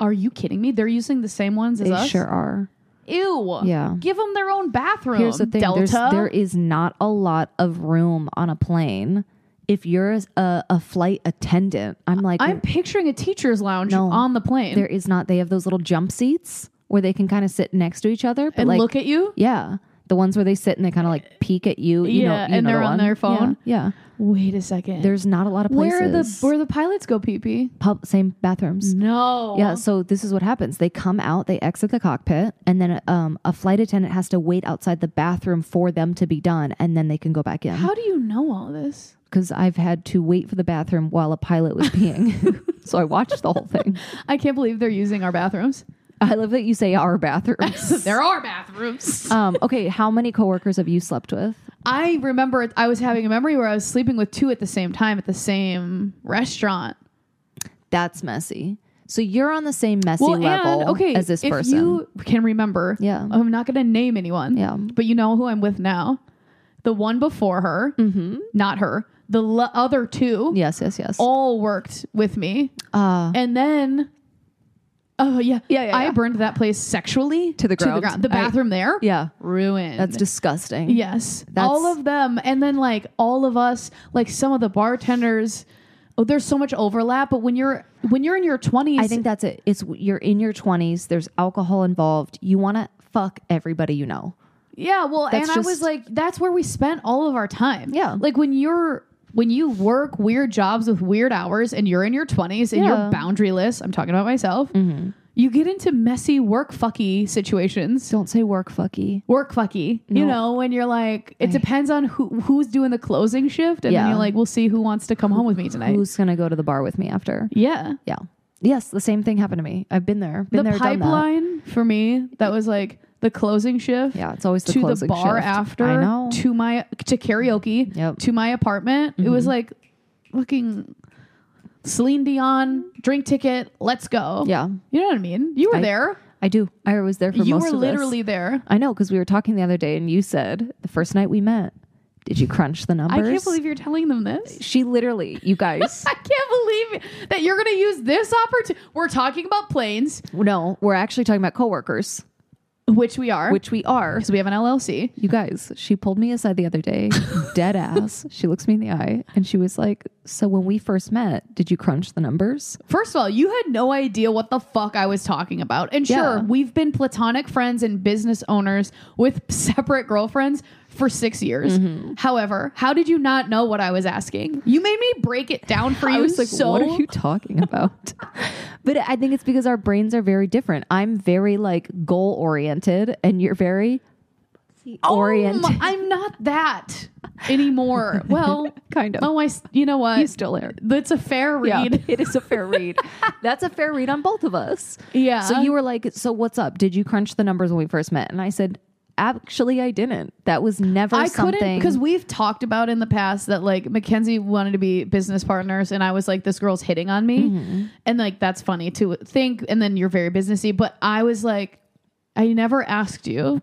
Speaker 3: Are you kidding me? They're using the same ones as
Speaker 2: They
Speaker 3: us.
Speaker 2: sure are.
Speaker 3: Ew.
Speaker 2: Yeah.
Speaker 3: Give them their own bathroom.
Speaker 2: Here's the thing:
Speaker 3: Delta.
Speaker 2: there's, there is not a lot of room on a plane. If you're a, a flight attendant, I'm like,
Speaker 3: I'm picturing a teacher's lounge
Speaker 2: No.
Speaker 3: on the plane
Speaker 2: there is not. They have those little jump seats where they can kind of sit next to each other, but
Speaker 3: and
Speaker 2: like,
Speaker 3: look at you.
Speaker 2: yeah, the ones where they sit and they kind of like peek at you. You know,
Speaker 3: Yeah,
Speaker 2: you
Speaker 3: and
Speaker 2: know the
Speaker 3: they're on
Speaker 2: one.
Speaker 3: their phone.
Speaker 2: Yeah, yeah.
Speaker 3: Wait a second.
Speaker 2: there's not a lot of places.
Speaker 3: where the where the pilots go pee pee.
Speaker 2: Pub- same bathrooms?
Speaker 3: No.
Speaker 2: Yeah, so this is what happens. They come out, they exit the cockpit, and then um, a flight attendant has to wait outside the bathroom for them to be done, and then they can go back in.
Speaker 3: How do you know all this?
Speaker 2: Because I've had to wait for the bathroom while a pilot was peeing. so I watched the whole thing.
Speaker 3: I can't believe they're using our bathrooms.
Speaker 2: I love that you say our bathrooms.
Speaker 3: There are bathrooms.
Speaker 2: um, okay, how many coworkers have you slept with?
Speaker 3: I remember I was having a memory where I was sleeping with two at the same time at the same restaurant.
Speaker 2: That's messy. So you're on the same messy level
Speaker 3: okay,
Speaker 2: as this
Speaker 3: if
Speaker 2: person.
Speaker 3: you can remember,
Speaker 2: Yeah.
Speaker 3: I'm not going to name anyone,
Speaker 2: Yeah.
Speaker 3: but you know who I'm with now. The one before her, mm-hmm. not her. The l- other two,
Speaker 2: yes, yes, yes.
Speaker 3: all worked with me,
Speaker 2: uh,
Speaker 3: and then, oh yeah,
Speaker 2: Yeah, yeah,
Speaker 3: I
Speaker 2: yeah.
Speaker 3: burned that place sexually
Speaker 2: To the ground.
Speaker 3: The
Speaker 2: I-
Speaker 3: bathroom there,
Speaker 2: yeah,
Speaker 3: ruined.
Speaker 2: that's disgusting.
Speaker 3: Yes.
Speaker 2: That's-
Speaker 3: all of them. And then like all of us, like some of the bartenders. Oh, there's so much overlap, but when you're when you're in your 20s,
Speaker 2: I think that's it. It's you're in your 20s. There's alcohol involved. You want to fuck everybody you know.
Speaker 3: Yeah, well,
Speaker 2: That's
Speaker 3: and I was
Speaker 2: just-
Speaker 3: like, that's where we spent all of our time.
Speaker 2: Yeah.
Speaker 3: Like when you're when you work weird jobs with weird hours and you're in your 20s and
Speaker 2: Yeah. Mm-hmm.
Speaker 3: you're boundaryless, I'm talking about myself, you get into messy work fucky situations.
Speaker 2: Don't say work fucky.
Speaker 3: Work fucky, you know, when you're like, it depends on who who's doing the closing shift, and
Speaker 2: Yeah.
Speaker 3: then you're like, we'll see who wants to come home with me tonight.
Speaker 2: Who's gonna go to the bar with me after?
Speaker 3: yeah,
Speaker 2: Yeah. Yes, the same thing happened to me. I've been there. Been
Speaker 3: the
Speaker 2: there, done
Speaker 3: pipeline for me that was like the closing shift.
Speaker 2: that. Yeah, it's always the
Speaker 3: to the
Speaker 2: closing
Speaker 3: bar
Speaker 2: shift.
Speaker 3: after.
Speaker 2: I know.
Speaker 3: To my to karaoke.
Speaker 2: Yep. Mm-hmm.
Speaker 3: To my apartment. It was like fucking Celine Dion drink ticket. Let's go.
Speaker 2: Yeah.
Speaker 3: You know what I mean? You were
Speaker 2: I-
Speaker 3: there.
Speaker 2: I do. I was there for
Speaker 3: You
Speaker 2: most
Speaker 3: were
Speaker 2: of this.
Speaker 3: literally there.
Speaker 2: I know because we were talking the other day, and you said the first night we met, did you crunch the numbers?
Speaker 3: I can't believe you're telling them this.
Speaker 2: she literally, you guys.
Speaker 3: I can't believe that you're going to use this opportunity. We're talking about planes,
Speaker 2: no, we're actually talking about coworkers,
Speaker 3: which we are,
Speaker 2: which we are.
Speaker 3: because we have an LLC.
Speaker 2: You guys, she pulled me aside the other day, dead ass. She looks me in the eye, and she was like, "So when we first met, did you crunch the numbers?"
Speaker 3: First of all, you had no idea what the fuck I was talking about. And sure,
Speaker 2: Yeah.
Speaker 3: we've been platonic friends and business owners with separate girlfriends for six years.
Speaker 2: Mm-hmm.
Speaker 3: However, how did you not know what I was asking? You made me break it down for you.
Speaker 2: I was like,
Speaker 3: so
Speaker 2: what are you talking about? but I think it's because our brains are very different. I'm very like goal oriented, and you're very
Speaker 3: Oh,
Speaker 2: oriented.
Speaker 3: my- I'm not that anymore. Well,
Speaker 2: Kind of.
Speaker 3: Oh, I. s- You know what?
Speaker 2: You still are.
Speaker 3: That's a fair
Speaker 2: Yeah,
Speaker 3: read.
Speaker 2: it is a fair read. That's a fair read on both of us.
Speaker 3: Yeah.
Speaker 2: So you were like, so what's up? Did you crunch the numbers when we first met? And I said, actually, I didn't. That was never
Speaker 3: I couldn't
Speaker 2: something.
Speaker 3: because we've talked about in the past that like Mackenzie wanted to be business partners, and I was like, this girl's hitting on me,
Speaker 2: Mm-hmm.
Speaker 3: and like that's funny to think. And then you're very businessy, but I was like, I never asked you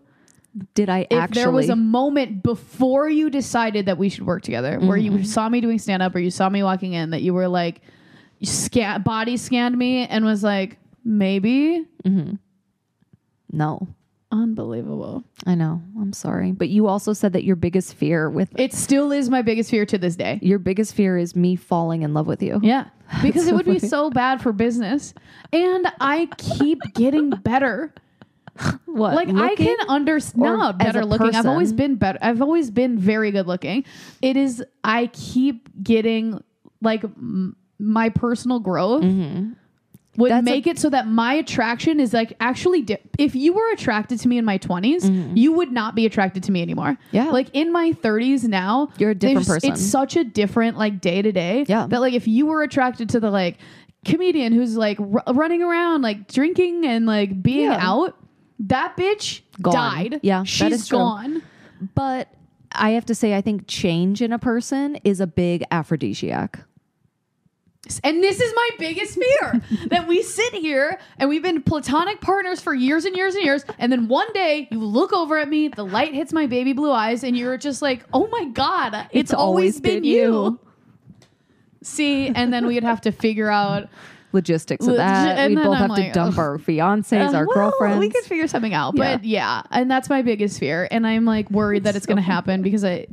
Speaker 2: did I
Speaker 3: if
Speaker 2: actually?
Speaker 3: there was a moment before you decided that we should work together, where
Speaker 2: Mm-hmm.
Speaker 3: you saw me doing stand up or you saw me walking in, that you were like, you sca- body scanned me and was like, maybe
Speaker 2: no.
Speaker 3: unbelievable.
Speaker 2: I know. I'm sorry, but you also said that your biggest fear with
Speaker 3: It still is my biggest fear to this day.
Speaker 2: your biggest fear is me falling in love with you.
Speaker 3: Yeah. Because it would be so bad for business. And I keep getting better.
Speaker 2: What?
Speaker 3: Like I
Speaker 2: looking?
Speaker 3: can understand
Speaker 2: or
Speaker 3: no,
Speaker 2: as
Speaker 3: better
Speaker 2: a
Speaker 3: looking. I've always
Speaker 2: person?
Speaker 3: been better. I've always been very good looking. It is I keep getting like m- my personal growth would
Speaker 2: Mm-hmm. That's a-
Speaker 3: make it so that my attraction is like actually di- if you were attracted to me in my 20s, you would not be attracted to me anymore.
Speaker 2: Mm-hmm. Yeah.
Speaker 3: Like in my 30s now,
Speaker 2: You're a different
Speaker 3: there's-
Speaker 2: person.
Speaker 3: It's such a different like day to day.
Speaker 2: Yeah.
Speaker 3: That like if you were attracted to the like comedian who's like r- running around like drinking and like being
Speaker 2: Yeah.
Speaker 3: out, that bitch
Speaker 2: Gone.
Speaker 3: died.
Speaker 2: Yeah, that
Speaker 3: she's
Speaker 2: is true.
Speaker 3: gone.
Speaker 2: But I have to say, I think change in a person is a big aphrodisiac.
Speaker 3: And this is my biggest fear that we sit here and we've been platonic partners for years and years and years. And then one day you look over at me, the light hits my baby blue eyes, and you're just like, oh my God, it's, always, been, you. See, and then we'd have to figure out.
Speaker 2: Logistics of
Speaker 3: Legi-
Speaker 2: that.
Speaker 3: and
Speaker 2: We
Speaker 3: then
Speaker 2: both
Speaker 3: I'm
Speaker 2: have to
Speaker 3: like,
Speaker 2: dump
Speaker 3: ugh. Uh,
Speaker 2: our fiancés, our
Speaker 3: Well,
Speaker 2: girlfriends.
Speaker 3: We could figure something out. But yeah, and that's my biggest fear. And I'm like worried that it's going to happen because I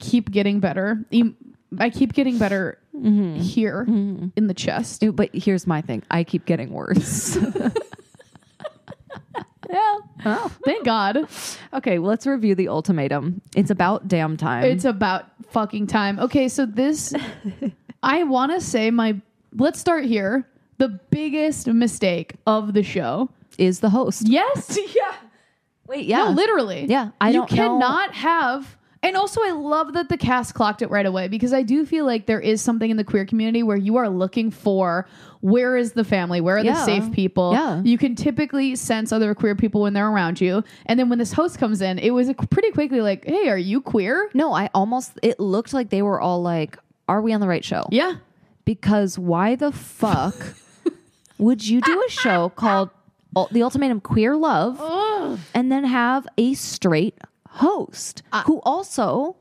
Speaker 3: keep getting better. Em- I keep getting better here in the chest.
Speaker 2: Dude, but here's my thing. I keep getting worse.
Speaker 3: Yeah. Thank God.
Speaker 2: okay, well, let's review the ultimatum. It's about damn time.
Speaker 3: It's about fucking time. Okay, so this, I want to say my. Let's start here. The biggest mistake of the show.
Speaker 2: is the host.
Speaker 3: Yes. Yeah.
Speaker 2: Wait, yeah.
Speaker 3: No, literally.
Speaker 2: Yeah, I
Speaker 3: you
Speaker 2: don't know-
Speaker 3: cannot have. And also, I love that the cast clocked it right away because I do feel like there is something in the queer community where you are looking for where is the family, where are
Speaker 2: Yeah.
Speaker 3: the safe people.
Speaker 2: Yeah.
Speaker 3: You can typically sense other queer people when they're around you. And then when this host comes in, it was pretty quickly like, hey, are you queer?
Speaker 2: No, I almost, it looked like they were all like, are we on the right show?
Speaker 3: Yeah.
Speaker 2: Because why the fuck would you do a show called Ul- The Ultimatum Queer Love and then have a straight host who also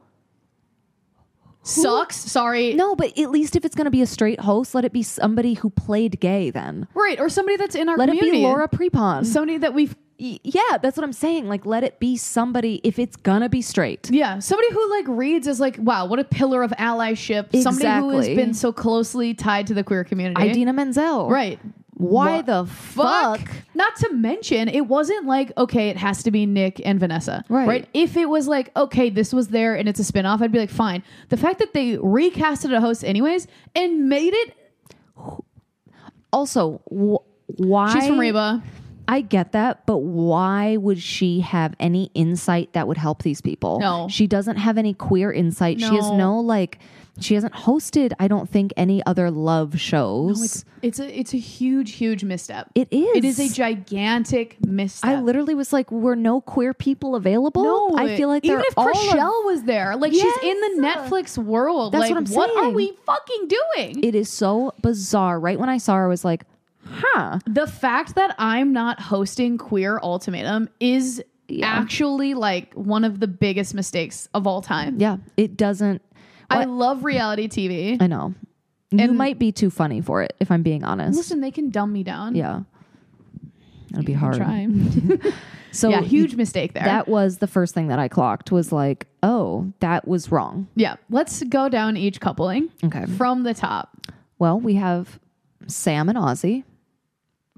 Speaker 3: Sucks. Sorry.
Speaker 2: no but at least if it's going to be a straight host let it be somebody who played gay then
Speaker 3: Right, or somebody that's in our
Speaker 2: let
Speaker 3: community.
Speaker 2: it be laura prepon
Speaker 3: Somebody that we've
Speaker 2: Y- yeah, that's what I'm saying. Like, let it be somebody if it's gonna be straight.
Speaker 3: yeah, somebody who like reads is like, wow, what a pillar of allyship. Somebody who has
Speaker 2: Exactly.
Speaker 3: been so closely tied to the queer community.
Speaker 2: Idina Menzel.
Speaker 3: Right.
Speaker 2: Why the fuck?
Speaker 3: Not to mention, it wasn't like, okay, it has to be Nick and Vanessa.
Speaker 2: Right.
Speaker 3: If it was like, okay, this was there and it's a spinoff, I'd be like, fine. The fact that they recasted a host anyways and made it.
Speaker 2: Also, wh- why?
Speaker 3: She's from Reba.
Speaker 2: I get that, but why would she have any insight that would help these people?
Speaker 3: No.
Speaker 2: She doesn't have any queer insight. She has
Speaker 3: No.
Speaker 2: no, like, she hasn't hosted, I don't think, any other love shows.
Speaker 3: It's a it's a huge, huge misstep.
Speaker 2: It is.
Speaker 3: It is a gigantic misstep.
Speaker 2: I literally was like, were no queer people available?
Speaker 3: No,
Speaker 2: I feel like
Speaker 3: even
Speaker 2: they're
Speaker 3: if
Speaker 2: all
Speaker 3: Chriselle was there, like
Speaker 2: Yes.
Speaker 3: she's in the Netflix world.
Speaker 2: That's
Speaker 3: like,
Speaker 2: what I'm
Speaker 3: are
Speaker 2: saying.
Speaker 3: we fucking doing?
Speaker 2: It is so bizarre. Right when I saw her, I was like, huh.
Speaker 3: the fact that I'm not hosting Queer Ultimatum is actually like one of the biggest mistakes of all time.
Speaker 2: Yeah, it doesn't.
Speaker 3: I love reality TV.
Speaker 2: I know. you might be too funny for it, if I'm being honest.
Speaker 3: Listen, they can dumb me down.
Speaker 2: yeah. It'll be hard.
Speaker 3: Try.
Speaker 2: So
Speaker 3: yeah, huge mistake there.
Speaker 2: that was the first thing that I clocked was like, oh, that was wrong.
Speaker 3: yeah, let's go down each coupling
Speaker 2: Okay.
Speaker 3: from the top.
Speaker 2: Well, we have Sam and Ozzy.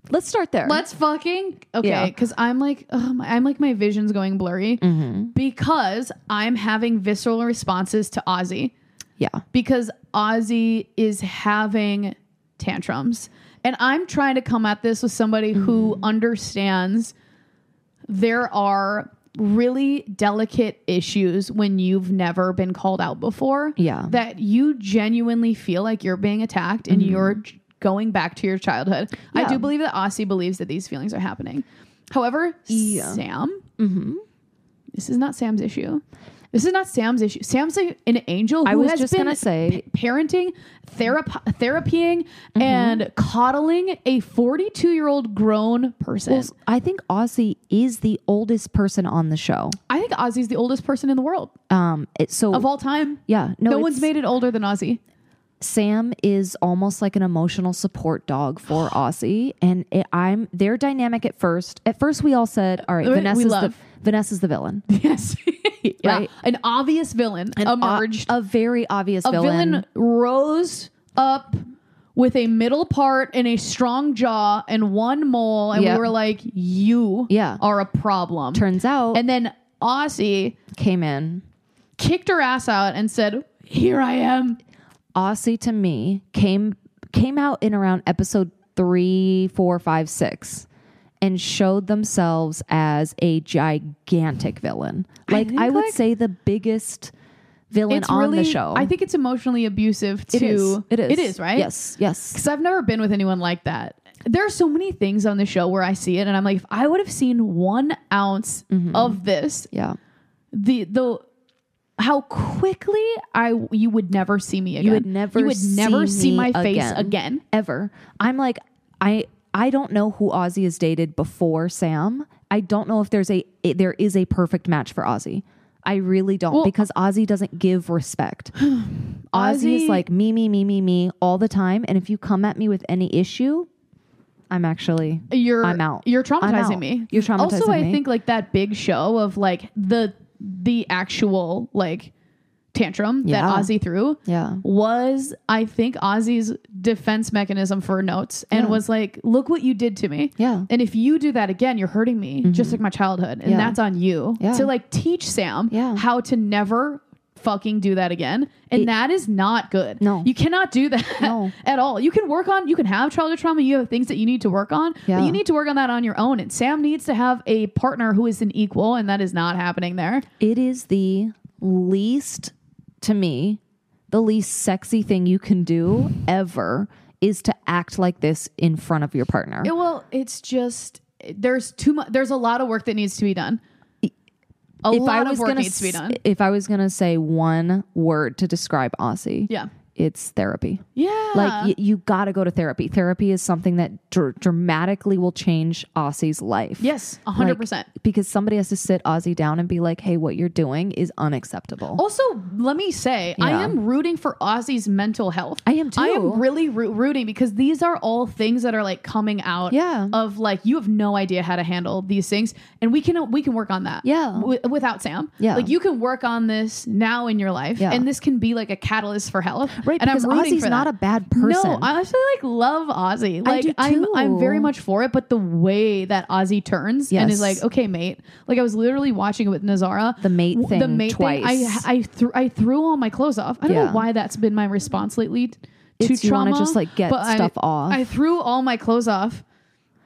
Speaker 2: Let's start there.
Speaker 3: Let's fucking okay,
Speaker 2: Yeah.
Speaker 3: because I'm like, ugh, my, I'm like my vision's going blurry because I'm having visceral responses to Ozzy.
Speaker 2: yeah.
Speaker 3: because Ozzy is having tantrums. And I'm trying to come at this with somebody who understands there are really delicate issues when you've never been called out before.
Speaker 2: Yeah.
Speaker 3: That you genuinely feel like you're being attacked and you're j- going back to your childhood. I do believe that Ozzy believes that these feelings are happening. However, Sam, this is not Sam's issue. This is not Sam's issue. Sam's a- an angel who
Speaker 2: I was
Speaker 3: has
Speaker 2: just
Speaker 3: been
Speaker 2: gonna say-
Speaker 3: pa- parenting, therap- therapying, and coddling a 42 year old grown person.
Speaker 2: Well, I think Ozzy is the oldest person on the show.
Speaker 3: I think Ozzy's the oldest person in the world
Speaker 2: Um, it, so
Speaker 3: of all time.
Speaker 2: yeah, no,
Speaker 3: Oh. No, one's
Speaker 2: it's-
Speaker 3: made it older than Ozzy.
Speaker 2: Sam is almost like an emotional support dog for Aussie, and it, I'm their dynamic at first. At first, we all said, "All right,
Speaker 3: We- we
Speaker 2: Vanessa's the
Speaker 3: love.
Speaker 2: Vanessa's the villain."
Speaker 3: Yes. yeah.
Speaker 2: Right.
Speaker 3: An obvious villain emerged.
Speaker 2: A, a very obvious
Speaker 3: a villain.
Speaker 2: villain.
Speaker 3: rose up with a middle part and a strong jaw and one mole, and
Speaker 2: Yeah.
Speaker 3: we were like, "You
Speaker 2: Yeah.
Speaker 3: are a problem."
Speaker 2: Turns out,
Speaker 3: and then Aussie
Speaker 2: came in.
Speaker 3: kicked her ass out and said, "Here I am."
Speaker 2: Aussie to me came came out in around episode three, four, five, six, and showed themselves as a gigantic villain. Like
Speaker 3: think,
Speaker 2: I, would
Speaker 3: like-
Speaker 2: say, the biggest villain
Speaker 3: It's
Speaker 2: on
Speaker 3: really,
Speaker 2: the show.
Speaker 3: I think it's emotionally abusive to
Speaker 2: it is. It is.
Speaker 3: It is right.
Speaker 2: Yes. Yes.
Speaker 3: because I've never been with anyone like that. There are so many things on the show where I see it, and I'm like, if I would have seen one ounce
Speaker 2: Mm-hmm.
Speaker 3: of this,
Speaker 2: Yeah.
Speaker 3: the the how quickly I you would never see me again.
Speaker 2: You would never.
Speaker 3: You would never see,
Speaker 2: me
Speaker 3: my face again.
Speaker 2: ever. I'm like I I don't know who Ozzy has dated before Sam. I don't know if there's a i- there is a perfect match for Ozzy. I really don't because Ozzy doesn't give respect. Ozzy is
Speaker 3: Ozzy-
Speaker 2: like me me me me me all the time, and if you come at me with any issue, I'm actually
Speaker 3: You're
Speaker 2: I'm out.
Speaker 3: You're
Speaker 2: I'm
Speaker 3: traumatizing
Speaker 2: out.
Speaker 3: me.
Speaker 2: You're traumatizing
Speaker 3: Also, I
Speaker 2: me.
Speaker 3: think like that big show of like the the actual like tantrum
Speaker 2: Yeah.
Speaker 3: that Ozzy threw
Speaker 2: Yeah.
Speaker 3: was I think Ozzy's defense mechanism for notes and was like, look what you did to me.
Speaker 2: Yeah. Mm-hmm.
Speaker 3: And if you do that again, you're hurting me, just like my childhood. And
Speaker 2: Yeah.
Speaker 3: that's on you.
Speaker 2: Yeah.
Speaker 3: To like teach Sam
Speaker 2: Yeah.
Speaker 3: how to never fucking do that again. And that is not good.
Speaker 2: No.
Speaker 3: You cannot do that
Speaker 2: No.
Speaker 3: at all. You can work on you can have childhood trauma, you have things that you need to work on,
Speaker 2: Yeah.
Speaker 3: but you need to work on that on your own. And Sam needs to have a partner who is an equal, and that is not happening there.
Speaker 2: It is the least, to me, the least sexy thing you can do ever is to act like this in front of your partner.
Speaker 3: It- well, it's just there's too much. There's a lot of work that needs to be done. A
Speaker 2: if I
Speaker 3: lot
Speaker 2: was
Speaker 3: of work
Speaker 2: gonna
Speaker 3: needs to be
Speaker 2: s-
Speaker 3: done.
Speaker 2: If I was gonna say one word to describe Aussie,
Speaker 3: Yeah.
Speaker 2: it's therapy.
Speaker 3: Yeah.
Speaker 2: Like y- you got to go to therapy. Therapy is something that dr- dramatically will change Aussie's life.
Speaker 3: yes, a
Speaker 2: Like,
Speaker 3: hundred percent.
Speaker 2: Because somebody has to sit Aussie down and be like, "Hey, what you're doing is unacceptable."
Speaker 3: Also, let me say, I
Speaker 2: Yeah.
Speaker 3: am rooting for Ozzy's mental health.
Speaker 2: I am
Speaker 3: I
Speaker 2: too.
Speaker 3: am really roo- rooting because these are all things that are like coming out.
Speaker 2: Yeah.
Speaker 3: Of like, you have no idea how to handle these things, and we can we can work on that.
Speaker 2: Yeah.
Speaker 3: wi- without Sam.
Speaker 2: Yeah.
Speaker 3: Like you can work on this now in your life,
Speaker 2: Yeah.
Speaker 3: and this can be like a catalyst for health.
Speaker 2: Right,
Speaker 3: and I'm
Speaker 2: because
Speaker 3: rooting
Speaker 2: Ozzy's
Speaker 3: for
Speaker 2: not
Speaker 3: that.
Speaker 2: a bad person.
Speaker 3: No, I actually like love Ozzy.
Speaker 2: I
Speaker 3: Like
Speaker 2: do
Speaker 3: I'm I'm
Speaker 2: too.
Speaker 3: very much for it, but the way that Ozzy turns and is
Speaker 2: Yes.
Speaker 3: like, okay, mate. Like I was literally watching it with Nazara.
Speaker 2: The mate
Speaker 3: W- The
Speaker 2: thing
Speaker 3: mate
Speaker 2: twice.
Speaker 3: thing. I I threw I threw all my clothes off. I don't know
Speaker 2: Yeah.
Speaker 3: why that's been my response lately t- to
Speaker 2: It's you
Speaker 3: trauma.
Speaker 2: wanna just, like, get
Speaker 3: but I-
Speaker 2: stuff off.
Speaker 3: I threw all my clothes off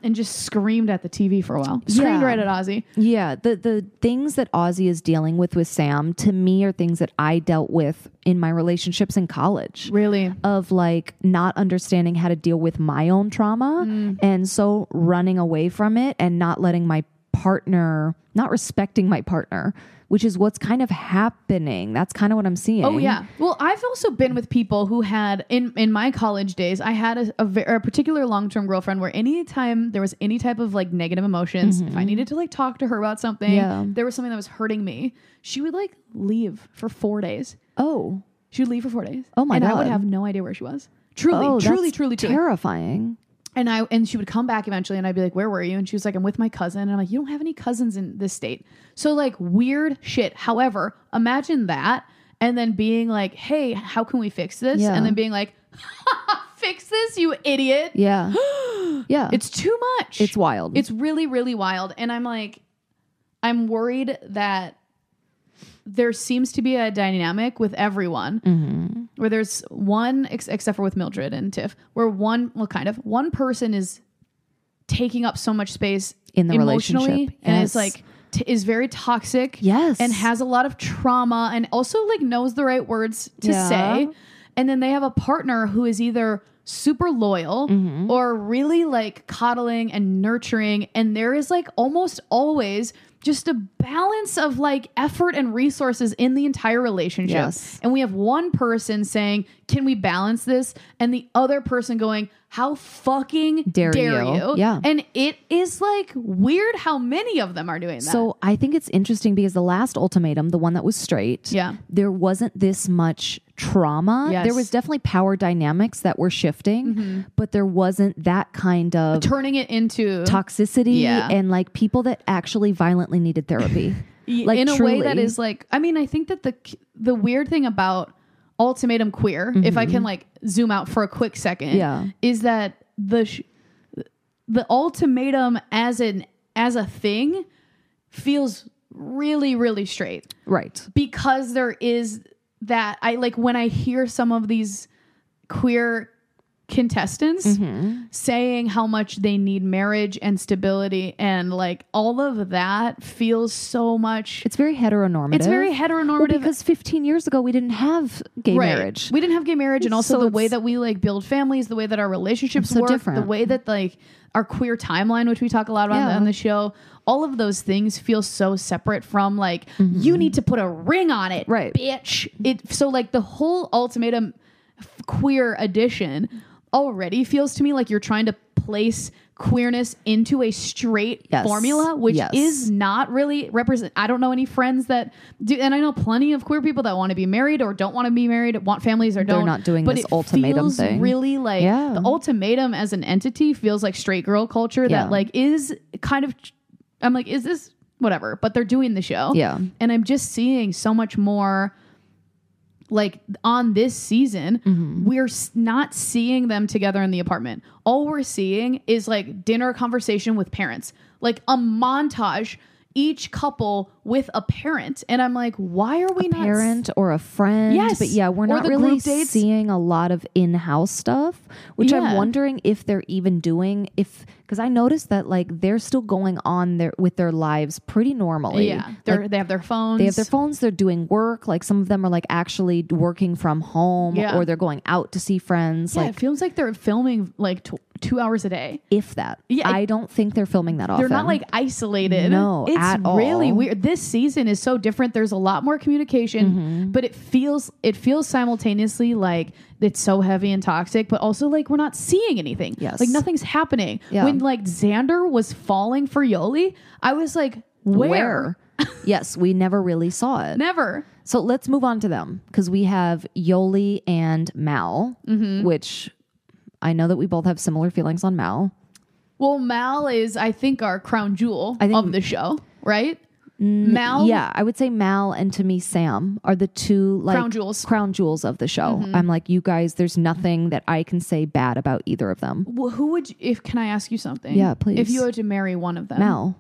Speaker 3: and just screamed at the TV for a while. Screamed
Speaker 2: Yeah.
Speaker 3: right at Ozzy.
Speaker 2: Yeah, the the things that Ozzy is dealing with with Sam to me are things that I dealt with in my relationships in college.
Speaker 3: Really.
Speaker 2: Of like not understanding how to deal with my own trauma
Speaker 3: Mm.
Speaker 2: and so running away from it and not letting my partner, not respecting my partner, which is what's kind of happening. That's kind of what I'm seeing.
Speaker 3: Oh yeah. Well, I've also been with people who had in in my college days. I had a, a, ve- a particular long term girlfriend where anytime there was any type of like negative emotions, if I needed to like talk to her about something,
Speaker 2: Mm-hmm. Yeah.
Speaker 3: there was something that was hurting me, she would like leave for four days.
Speaker 2: Oh.
Speaker 3: She would leave for four days.
Speaker 2: Oh, my
Speaker 3: and I would
Speaker 2: God.
Speaker 3: have no idea where she was. Truly,
Speaker 2: oh,
Speaker 3: truly,
Speaker 2: that's
Speaker 3: truly, truly.
Speaker 2: terrifying.
Speaker 3: and I and she would come back eventually, and I'd be like, "Where were you?" And she was like, "I'm with my cousin." And I'm like, "You don't have any cousins in this state." So like weird shit. However, imagine that, and then being like, "Hey, how can we fix this?"
Speaker 2: Yeah.
Speaker 3: And then being like, "Fix this, you idiot!"
Speaker 2: Yeah. yeah.
Speaker 3: It's too much.
Speaker 2: it's wild.
Speaker 3: It's really, really wild. And I'm like, I'm worried that there seems to be a dynamic with everyone
Speaker 2: Mm-hmm.
Speaker 3: where there's one, ex- except for with Mildred and Tiff, where one, well, kind of, one person is taking up so much space
Speaker 2: In the
Speaker 3: emotionally,
Speaker 2: relationship.
Speaker 3: And
Speaker 2: Yes.
Speaker 3: it's like, T- is very toxic
Speaker 2: Yes.
Speaker 3: and has a lot of trauma and also like knows the right words to
Speaker 2: Yeah.
Speaker 3: say and then they have a partner who is either super loyal
Speaker 2: Mm-hmm.
Speaker 3: or really like coddling and nurturing and there is like almost always just a balance of like effort and resources in the entire relationship
Speaker 2: Yes.
Speaker 3: and we have one person saying can we balance this and the other person going how fucking dare,
Speaker 2: Dare
Speaker 3: you.
Speaker 2: you. Yeah.
Speaker 3: and it is like weird how many of them are doing that
Speaker 2: So I think it's interesting because the last ultimatum, the one that was straight,
Speaker 3: Yeah.
Speaker 2: there wasn't this much trauma.
Speaker 3: Yes. Mm-hmm.
Speaker 2: There was definitely power dynamics that were shifting, but there wasn't that kind of
Speaker 3: turning it into
Speaker 2: toxicity
Speaker 3: Yeah.
Speaker 2: and like people that actually violently needed therapy. like
Speaker 3: in a way that
Speaker 2: truly.
Speaker 3: is like I mean I think that the the weird thing about ultimatum queer if I can like zoom out for a quick second
Speaker 2: Mm-hmm. Yeah.
Speaker 3: is that the sh- the ultimatum as an as a thing feels really really straight
Speaker 2: right.
Speaker 3: because there is that I like when I hear some of these queer contestants
Speaker 2: Mm-hmm.
Speaker 3: saying how much they need marriage and stability and like all of that feels so much
Speaker 2: It's very heteronormative.
Speaker 3: it's very
Speaker 2: Well,
Speaker 3: heteronormative
Speaker 2: because 15 years ago we didn't have gay
Speaker 3: Right.
Speaker 2: marriage.
Speaker 3: We didn't have gay marriage, and also
Speaker 2: So
Speaker 3: the way
Speaker 2: it's-
Speaker 3: that we like build families, the way that our relationships
Speaker 2: so
Speaker 3: work, the
Speaker 2: different.
Speaker 3: way that like our queer timeline, which we talk a lot about on the-
Speaker 2: Yeah.
Speaker 3: on the show, all of those things feel so separate from like you need to put a ring on it,
Speaker 2: Mm-hmm. Right.
Speaker 3: bitch. It so like the whole ultimatum f- queer edition already feels to me like you're trying to place queerness into a straight
Speaker 2: Yes.
Speaker 3: formula which
Speaker 2: Yes.
Speaker 3: is not really represent. I don't know any friends that do, and I know plenty of queer people that want to be married or don't want to be married, want families or
Speaker 2: They're
Speaker 3: don't.
Speaker 2: not doing
Speaker 3: but
Speaker 2: this
Speaker 3: it
Speaker 2: ultimatum
Speaker 3: feels
Speaker 2: thing.
Speaker 3: Really, like
Speaker 2: Yeah.
Speaker 3: the ultimatum as an entity feels like straight girl culture
Speaker 2: Yeah.
Speaker 3: that like is kind of. I'm like, is this whatever? But they're doing the show,
Speaker 2: Yeah.
Speaker 3: and I'm just seeing so much more. Like on this season, we're s- not seeing them together in the apartment. All we're seeing is like dinner conversation with parents, like a montage, each couple with a parent. And I'm like, why are we not? s-
Speaker 2: parent or a friend.
Speaker 3: Yes.
Speaker 2: But yeah,
Speaker 3: Or
Speaker 2: we're not
Speaker 3: the
Speaker 2: really
Speaker 3: group dates.
Speaker 2: seeing a lot of in house stuff, which
Speaker 3: Yeah.
Speaker 2: I'm wondering if they're even doing if because I noticed that like they're still going on their with their lives pretty normally.
Speaker 3: yeah,
Speaker 2: Like,
Speaker 3: they're, they have their phones.
Speaker 2: they have their phones, they're doing work. Like some of them are like actually working from home
Speaker 3: Yeah.
Speaker 2: or they're going out to see friends.
Speaker 3: Yeah,
Speaker 2: like
Speaker 3: it feels like they're filming like tw- two hours a day.
Speaker 2: if that.
Speaker 3: Yeah, I-
Speaker 2: I, don't think they're filming that often.
Speaker 3: They're not like isolated.
Speaker 2: No,
Speaker 3: it's
Speaker 2: at all.
Speaker 3: really weird. This season is so different. There's a lot more communication,
Speaker 2: Mm-hmm.
Speaker 3: but it feels it feels simultaneously like it's so heavy and toxic, but also like we're not seeing anything.
Speaker 2: Yes.
Speaker 3: like nothing's happening.
Speaker 2: Yeah.
Speaker 3: When like Xander was falling for Yoli, I was like, where?
Speaker 2: where. yes, we never really saw it.
Speaker 3: Never.
Speaker 2: So let's move on to them because we have Yoli and Mal,
Speaker 3: Mm-hmm.
Speaker 2: which I know that we both have similar feelings on Mal.
Speaker 3: Well, Mal is I think our crown jewel
Speaker 2: think-
Speaker 3: of the show, right? Mal?
Speaker 2: Yeah, I would say Mal and to me Sam are the two like
Speaker 3: Crown jewels. Mm-hmm.
Speaker 2: crown jewels of the show. I'm like, you guys, there's nothing that I can say bad about either of them.
Speaker 3: Wh- who would you, if can I ask you something?
Speaker 2: Yeah, please.
Speaker 3: If you were to marry one of them,
Speaker 2: Mal.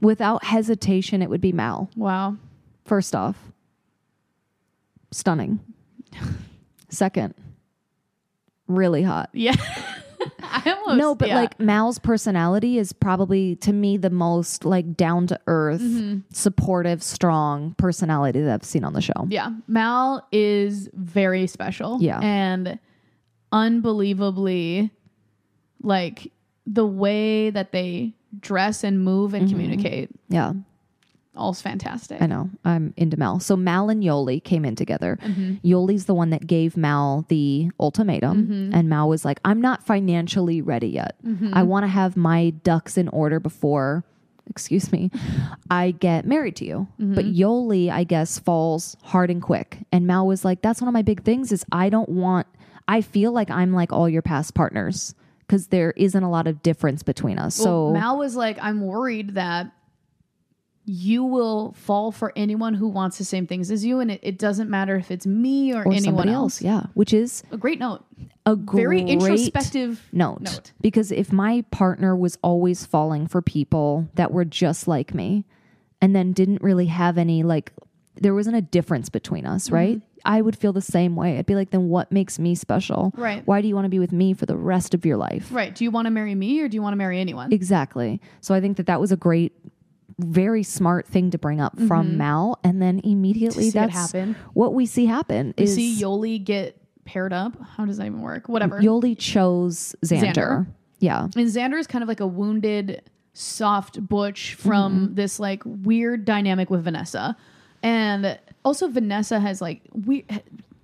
Speaker 2: Without hesitation, it would be Mal.
Speaker 3: Wow.
Speaker 2: First off, stunning. Second, really hot.
Speaker 3: Yeah. I almost
Speaker 2: No, but
Speaker 3: yeah.
Speaker 2: like Mal's personality is probably to me the most like down to earth,
Speaker 3: Mm-hmm.
Speaker 2: supportive, strong personality that I've seen on the show.
Speaker 3: yeah, Mal is very special.
Speaker 2: Yeah.
Speaker 3: and unbelievably, like the way that they dress and move
Speaker 2: Mm-hmm.
Speaker 3: and communicate,
Speaker 2: Yeah.
Speaker 3: all's fantastic.
Speaker 2: I know. I'm into Mal. So Mal and Yoli came in together.
Speaker 3: Mm-hmm.
Speaker 2: Yoli's the one that gave Mal the ultimatum.
Speaker 3: Mm-hmm.
Speaker 2: And Mal was like, I'm not financially ready yet. I want to have my ducks in order before, excuse me, I get married to you.
Speaker 3: Mm-hmm.
Speaker 2: But Yoli, I guess, falls hard and quick. And Mal was like, that's one of my big things is I don't want, I feel like I'm like all your past partners because there isn't a lot of difference between us.
Speaker 3: Well,
Speaker 2: so
Speaker 3: Mal was like, I'm worried that you will fall for anyone who wants the same things as you, and it, it doesn't matter if it's me or,
Speaker 2: or
Speaker 3: anyone
Speaker 2: somebody else.
Speaker 3: else.
Speaker 2: Yeah. Which is
Speaker 3: A great note.
Speaker 2: a
Speaker 3: Very
Speaker 2: great-
Speaker 3: introspective
Speaker 2: note.
Speaker 3: note.
Speaker 2: Because if my partner was always falling for people that were just like me and then didn't really have any, like, there wasn't a difference between
Speaker 3: Mm-hmm.
Speaker 2: us, right? I would feel the same way. I'd be like, then what makes me special?
Speaker 3: Right.
Speaker 2: Why do you want to be with me for the rest of your life?
Speaker 3: Right. Do you want to marry me or do you want to marry anyone?
Speaker 2: Exactly. So I think that that was a great, very smart thing to bring up from Mal. And then immediately
Speaker 3: Mm-hmm. see it
Speaker 2: that's
Speaker 3: happen.
Speaker 2: what we see happen is
Speaker 3: See Yoli get paired up. How does that even work? Whatever.
Speaker 2: Yoli chose Xander.
Speaker 3: Xander.
Speaker 2: Yeah.
Speaker 3: and Xander is kind of like a wounded, soft butch from
Speaker 2: Mm-hmm.
Speaker 3: this like weird dynamic with Vanessa, and also Vanessa has like we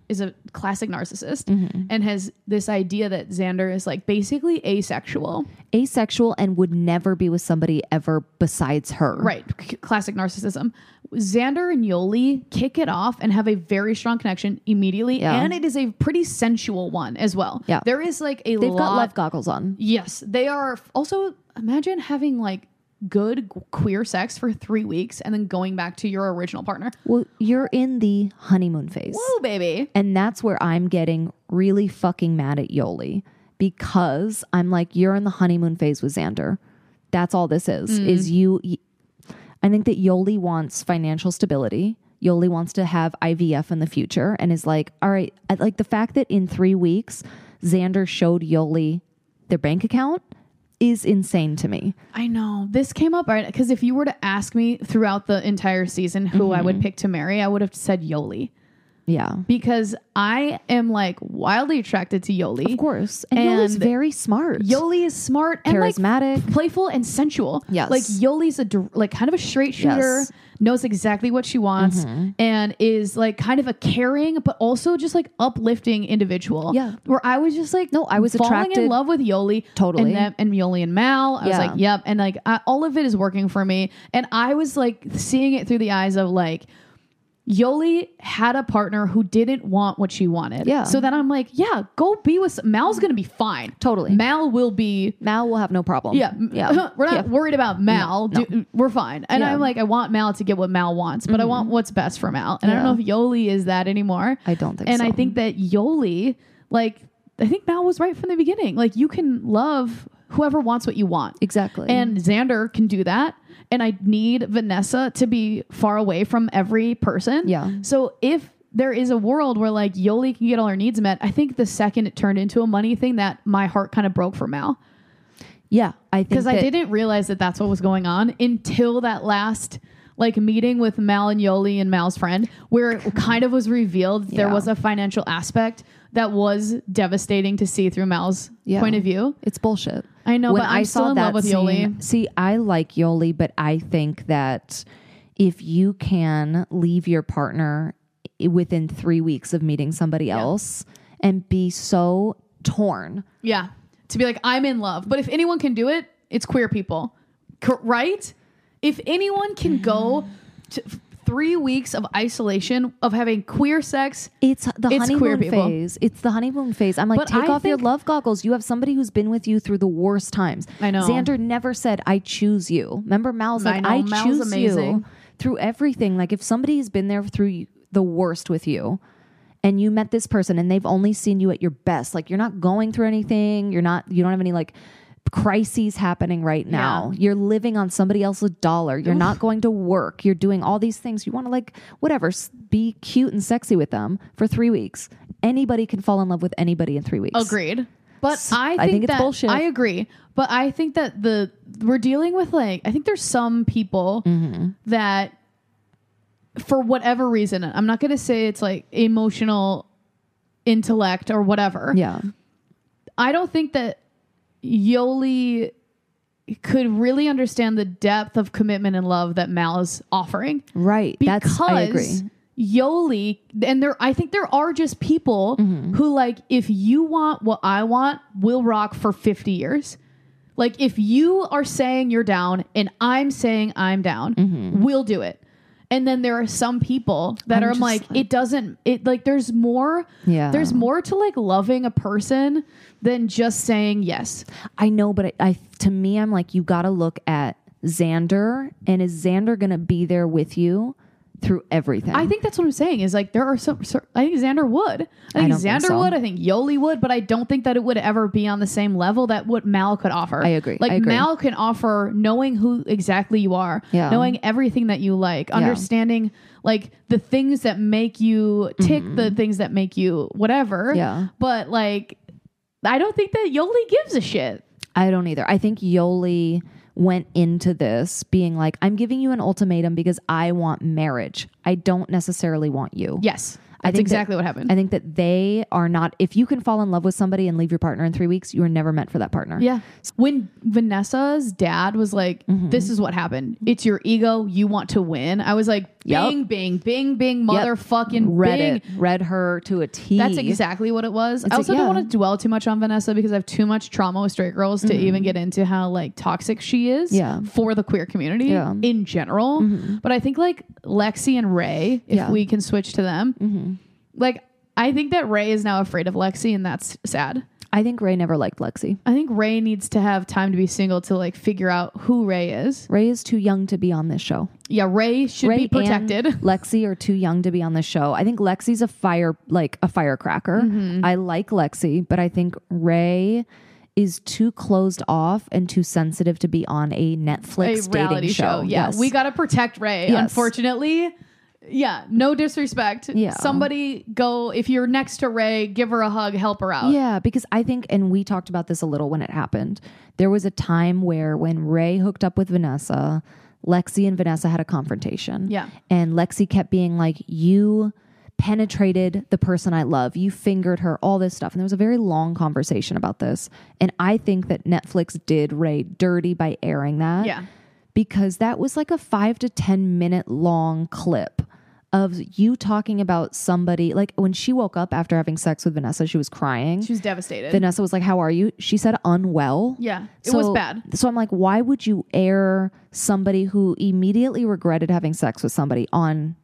Speaker 3: is a classic narcissist
Speaker 2: Mm-hmm.
Speaker 3: and has this idea that Xander is like basically asexual,
Speaker 2: Mm-hmm. asexual and would never be with somebody ever besides her.
Speaker 3: right? C- classic narcissism. Xander and Yoli kick it off and have a very strong connection immediately,
Speaker 2: Yeah.
Speaker 3: and it is a pretty sensual one as well.
Speaker 2: Yeah.
Speaker 3: there is like a
Speaker 2: They've
Speaker 3: lot
Speaker 2: got love goggles on.
Speaker 3: Yes, they are. f- Also, imagine having like good g- queer sex for three weeks and then going back to your original partner.
Speaker 2: Well, you're in the honeymoon phase.
Speaker 3: Woo, baby.
Speaker 2: And that's where I'm getting really fucking mad at Yoli because I'm like, you're in the honeymoon phase with Xander. That's all this is.
Speaker 3: Mm-hmm.
Speaker 2: Is you? I think that Yoli wants financial stability. Yoli wants to have IVF in the future, and is like, all right, I- like the fact that in three weeks Xander showed Yoli their bank account is insane to me.
Speaker 3: I know this came up right because if you were to ask me throughout the entire season who I
Speaker 2: Mm-hmm.
Speaker 3: would pick to marry, I would have said Yoli
Speaker 2: Yeah.
Speaker 3: because I am like wildly attracted to Yoli.
Speaker 2: Of course. And, Yoli's
Speaker 3: And
Speaker 2: very smart.
Speaker 3: Yoli is smart and like,
Speaker 2: Charismatic.
Speaker 3: playful and sensual.
Speaker 2: Yes.
Speaker 3: like Yoli's a dir- like kind of a straight shooter,
Speaker 2: Yes. Mm-hmm.
Speaker 3: knows exactly what she wants, and is like kind of a caring but also just like uplifting individual.
Speaker 2: Yeah.
Speaker 3: where I was just like,
Speaker 2: No, I was
Speaker 3: falling in
Speaker 2: attracted-
Speaker 3: love with Yoli
Speaker 2: Totally.
Speaker 3: and, them, and Yoli and Mal. I
Speaker 2: Yeah.
Speaker 3: was like, yep, and like I, all of it is working for me, and I was like seeing it through the eyes of like. Yoli had a partner who didn't want what she wanted.
Speaker 2: Yeah.
Speaker 3: So then I'm like, yeah, go be with Mal's gonna be fine.
Speaker 2: Totally.
Speaker 3: Mal will be.
Speaker 2: Mal will have no problem.
Speaker 3: Yeah,
Speaker 2: Yeah.
Speaker 3: We're not
Speaker 2: Yeah.
Speaker 3: worried about Mal.
Speaker 2: No, no.
Speaker 3: Do- we're fine. And
Speaker 2: Yeah. Mm-hmm.
Speaker 3: I'm like, I want Mal to get what Mal wants, but I want what's best for Mal. And I
Speaker 2: Yeah.
Speaker 3: don't know if Yoli is that anymore.
Speaker 2: I don't think
Speaker 3: And I
Speaker 2: so.
Speaker 3: think that Yoli, like, I think Mal was right from the beginning. Like, you can love whoever wants what you want.
Speaker 2: Exactly.
Speaker 3: And Xander can do that. And I need Vanessa to be far away from every person.
Speaker 2: Yeah.
Speaker 3: So if there is a world where like Yoli can get all her needs met, I think the second it turned into a money thing, that my heart kind of broke for Mal
Speaker 2: yeah. I think
Speaker 3: because I
Speaker 2: that-
Speaker 3: didn't realize that that's what was going on until that last like meeting with Mal and Yoli and Mal's friend, where it kind of was revealed there
Speaker 2: Yeah.
Speaker 3: was a financial aspect that was devastating to see through Mal's
Speaker 2: Yeah.
Speaker 3: point of view.
Speaker 2: It's bullshit.
Speaker 3: I know, but I'm still in love with Yoli.
Speaker 2: scene- See, I like Yoli, but I think that if you can leave your partner i- within three weeks of meeting somebody else and be so torn,
Speaker 3: Yeah, to be like I'm in love, but if anyone can do it, it's queer people, C- right? If anyone can go to, three weeks of isolation of having queer sex.
Speaker 2: It's the
Speaker 3: It's queer
Speaker 2: honeymoon
Speaker 3: people.
Speaker 2: phase. It's the honeymoon phase. I'm like,
Speaker 3: But
Speaker 2: take
Speaker 3: I
Speaker 2: off your
Speaker 3: think-
Speaker 2: love goggles. You have somebody who's been with you through the worst times.
Speaker 3: I know.
Speaker 2: Xander never said, I choose you. Remember, Mal's
Speaker 3: I
Speaker 2: like,
Speaker 3: know.
Speaker 2: I
Speaker 3: Mal's
Speaker 2: choose
Speaker 3: amazing.
Speaker 2: you through everything. Like, if somebody's been there through you- the worst with you and you met this person and they've only seen you at your best, like, you're not going through anything, you're not, you don't have any like, crises happening right now you're living on somebody else's dollar you're not going to work you're doing all these things you want to like whatever s- be cute and sexy with them for three weeks anybody can fall in love with anybody in three weeks
Speaker 3: Agreed. But I think,
Speaker 2: I think it's
Speaker 3: that,
Speaker 2: bullshit.
Speaker 3: I agree. But I think that the we're dealing with like I think there's some people that for whatever reason, I'm not gonna say it's like emotional intellect or whatever.
Speaker 2: yeah
Speaker 3: I don't think that Yoli could really understand the depth of commitment and love that Mal is offering.
Speaker 2: right
Speaker 3: Because
Speaker 2: that's i agree
Speaker 3: Yoli and there I think there are just people
Speaker 2: Mm-hmm.
Speaker 3: who like if you want what I want, we'll rock for 50 years. Like if you are saying you're down and I'm saying I'm down, we'll do it. And then there are some people that
Speaker 2: Mm-hmm. I'm
Speaker 3: are
Speaker 2: just
Speaker 3: like, it doesn't it like there's more
Speaker 2: Yeah.
Speaker 3: there's more to like loving a person than just saying yes.
Speaker 2: i know but I, I to me i'm like you gotta look at xander and is xander gonna be there with you through everything
Speaker 3: I think that's what I'm saying is like there are some. cer- I think Xander would. I think
Speaker 2: don't think
Speaker 3: Xander
Speaker 2: so.
Speaker 3: would. I think Yoli would, but I don't think that it would ever be on the same level that what Mal could offer.
Speaker 2: I agree.
Speaker 3: Like
Speaker 2: I agree.
Speaker 3: Mal can offer knowing who exactly you are,
Speaker 2: Yeah.
Speaker 3: knowing everything that you like, understanding like the things that make you tick, the things that make you whatever.
Speaker 2: Mm-hmm. Yeah.
Speaker 3: But like, I don't think that Yoli gives a shit.
Speaker 2: I don't either. I think Yoli went into this being like, I'm giving you an ultimatum because I want marriage. I don't necessarily want you.
Speaker 3: Yes,
Speaker 2: I
Speaker 3: that's
Speaker 2: think that-
Speaker 3: exactly what happened.
Speaker 2: I think that they are not, if you can fall in love with somebody and leave your partner in three weeks, you are never meant for that partner.
Speaker 3: Yeah. When Vanessa's dad was like,
Speaker 2: Mm-hmm.
Speaker 3: this is what happened. It's your ego. You want to win. I was like,
Speaker 2: Yep.
Speaker 3: bing, bing, bing, bing,
Speaker 2: Yep.
Speaker 3: motherfucking
Speaker 2: Read
Speaker 3: bing.
Speaker 2: it. Read her to a T.
Speaker 3: That's exactly what it was. I
Speaker 2: like,
Speaker 3: also
Speaker 2: yeah.
Speaker 3: don't want to dwell too much on Vanessa because I have too much trauma with straight girls to even get into how like toxic she is
Speaker 2: Mm-hmm. Yeah.
Speaker 3: for the queer community
Speaker 2: Yeah. Mm-hmm.
Speaker 3: in general. But I think like Lexi and Ray, if
Speaker 2: Yeah. Mm-hmm.
Speaker 3: we can switch to them, like I think that Ray is now afraid of Lexi and that's sad.
Speaker 2: I think Ray never liked Lexi.
Speaker 3: I think Ray needs to have time to be single to like figure out who Ray is.
Speaker 2: Ray is too young to be on this show.
Speaker 3: Yeah, Ray should
Speaker 2: Ray
Speaker 3: be protected.
Speaker 2: and Lexi are too young to be on the show. I think Lexi's a fire like a firecracker.
Speaker 3: Mm-hmm.
Speaker 2: I like Lexi, but I think Ray is too closed off and too sensitive to be on a
Speaker 3: a
Speaker 2: Netflix
Speaker 3: reality
Speaker 2: dating
Speaker 3: show.
Speaker 2: show.
Speaker 3: Yeah,
Speaker 2: Yes.
Speaker 3: we got to protect Ray.
Speaker 2: Yes.
Speaker 3: Unfortunately, yeah, no disrespect.
Speaker 2: Yeah.
Speaker 3: Somebody go if you're next to Ray, give her a hug, help her out.
Speaker 2: Yeah, because I think, and we talked about this a little when it happened. There was a time where when Ray hooked up with Vanessa, Lexi and Vanessa had a confrontation.
Speaker 3: Yeah.
Speaker 2: And Lexi kept being like, You penetrated the person I love. You fingered her, all this stuff. And there was a very long conversation about this. And I think that Netflix did Ray dirty by airing that
Speaker 3: Yeah.
Speaker 2: because that was like a five to 10 minute long clip of you talking about somebody. Like when she woke up after having sex with Vanessa, she was crying.
Speaker 3: She was devastated.
Speaker 2: Vanessa was like, How are you? She said, Unwell.
Speaker 3: yeah, it was bad.
Speaker 2: So I'm like, Why would you air somebody who immediately regretted having sex with somebody on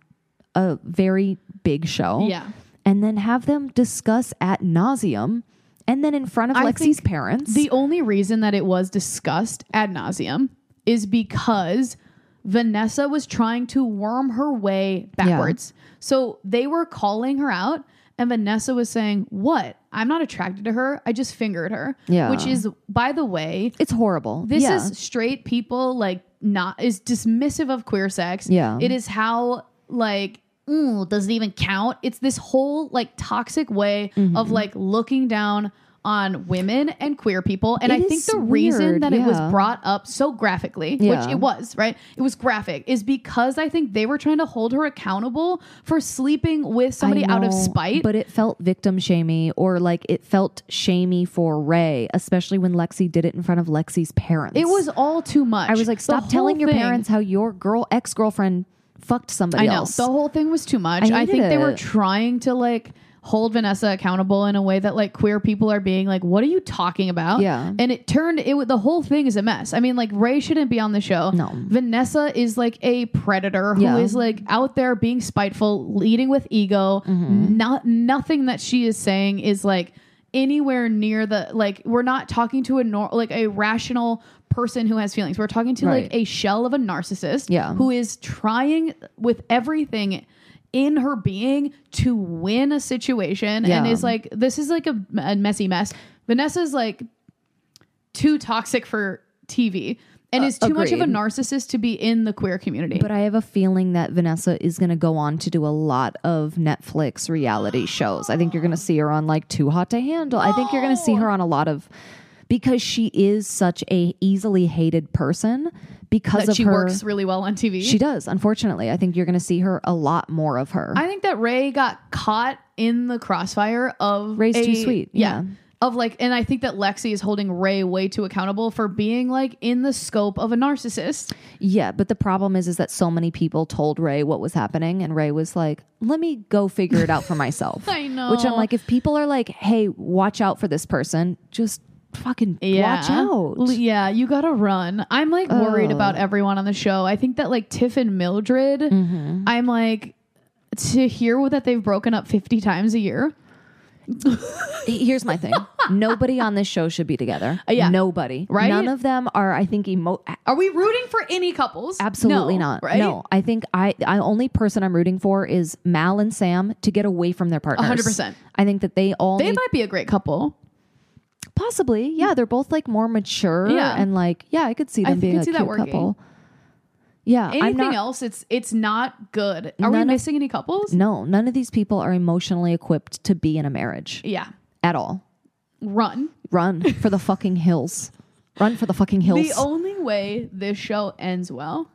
Speaker 2: a very big show?
Speaker 3: Yeah.
Speaker 2: And then have them discuss at nauseum and then in front of
Speaker 3: I
Speaker 2: Lexi's
Speaker 3: think
Speaker 2: parents.
Speaker 3: The only reason that it was discussed ad nauseum is because Vanessa was trying to worm her way backwards. So they were calling her out, and Vanessa was saying, What? I'm not attracted to her. I just fingered her.
Speaker 2: Yeah.
Speaker 3: Which is, by the way,
Speaker 2: it's horrible.
Speaker 3: this
Speaker 2: Yeah.
Speaker 3: is straight people like not is dismissive of queer sex.
Speaker 2: Yeah.
Speaker 3: It is how like "Ooh, does it even count? It's this whole like toxic way
Speaker 2: Mm-hmm.
Speaker 3: of like looking down on women and queer people. And
Speaker 2: It
Speaker 3: I think
Speaker 2: is
Speaker 3: the reason
Speaker 2: weird,
Speaker 3: that it was
Speaker 2: yeah.
Speaker 3: brought up so graphically,
Speaker 2: Yeah.
Speaker 3: which it was, right? It was graphic, is because I think they were trying to hold her accountable for sleeping with somebody
Speaker 2: I
Speaker 3: out of
Speaker 2: know,
Speaker 3: spite.
Speaker 2: But it felt victim shamey or like it felt shamey for Ray, especially when Lexi did it in front of Lexi's parents.
Speaker 3: it was all too much.
Speaker 2: I was like,
Speaker 3: The
Speaker 2: stop telling
Speaker 3: whole
Speaker 2: your
Speaker 3: thing-
Speaker 2: parents how your girl ex girlfriend fucked somebody
Speaker 3: I know
Speaker 2: else.
Speaker 3: the whole thing was too much. I,
Speaker 2: hated
Speaker 3: think they were
Speaker 2: it.
Speaker 3: trying to like hold Vanessa accountable in a way that like queer people are being like, what are you talking about?
Speaker 2: Yeah.
Speaker 3: And it turned it wa- the whole thing is a mess. I mean, like Ray shouldn't be on the show.
Speaker 2: No.
Speaker 3: Vanessa is like a predator who is
Speaker 2: Yeah.
Speaker 3: like out there being spiteful, leading with ego.
Speaker 2: Mm-hmm.
Speaker 3: Not nothing that she is saying is like anywhere near the like we're not talking to a nor- like a rational person who has feelings. We're talking to like
Speaker 2: Right.
Speaker 3: a shell of a narcissist
Speaker 2: Yeah.
Speaker 3: who is trying with everything in her being to win a situation and
Speaker 2: Yeah.
Speaker 3: is like this is like a, a messy mess. Vanessa's like too toxic for TV and is too much of a
Speaker 2: Uh, agreed.
Speaker 3: narcissist to be in the queer community.
Speaker 2: But I have a feeling that Vanessa is going to go on to do a lot of Netflix reality shows. I think you're going to see her on like Too Hot to Handle. I think you're going to see her on a lot of because she is such a easily hated person because
Speaker 3: that
Speaker 2: of
Speaker 3: she
Speaker 2: her
Speaker 3: works really well on TV.
Speaker 2: She does, unfortunately. I think you're going to see her a lot more of her.
Speaker 3: I think that Ray got caught in the crossfire of
Speaker 2: Ray's
Speaker 3: a-
Speaker 2: too sweet, yeah.
Speaker 3: Of like, and I think that Lexi is holding Ray way too accountable for being like in the scope of a narcissist.
Speaker 2: yeah, but the problem is is that so many people told Ray what was happening and Ray was like, "Let me go figure it out for myself."
Speaker 3: I know.
Speaker 2: Which I'm like, if people are like, "Hey, watch out for this person," just fucking watch out. Oh.
Speaker 3: L- Yeah, you gotta run. I'm like worried about everyone on the show. I think that like Tiff and Mildred,
Speaker 2: Mm-hmm.
Speaker 3: I'm like to hear that they've broken up 50 times a year.
Speaker 2: Here's my thing. Nobody on this show should be together.
Speaker 3: yeah.
Speaker 2: Nobody.
Speaker 3: Right?
Speaker 2: None of them are, I think, emo
Speaker 3: Are we rooting for any couples?
Speaker 2: Absolutely
Speaker 3: No,
Speaker 2: not.
Speaker 3: Right?
Speaker 2: No, I think I I only person I'm rooting for is Mal and Sam to get away from their partners.
Speaker 3: 100%.
Speaker 2: I think that they all
Speaker 3: They
Speaker 2: need,
Speaker 3: might be a great couple.
Speaker 2: possibly yeah. They're both like more mature
Speaker 3: Yeah.
Speaker 2: and like yeah. I could see
Speaker 3: I
Speaker 2: them being
Speaker 3: can
Speaker 2: a
Speaker 3: see that
Speaker 2: cute
Speaker 3: working.
Speaker 2: couple. Yeah, I'm
Speaker 3: Anything
Speaker 2: not,
Speaker 3: else, it's it's not good. Are we
Speaker 2: None of-
Speaker 3: missing any couples?
Speaker 2: No, none of these people are emotionally equipped to be in a marriage
Speaker 3: Yeah.
Speaker 2: at all.
Speaker 3: Run.
Speaker 2: Run for the fucking hills. Run for the fucking hills.
Speaker 3: The only way this show ends well,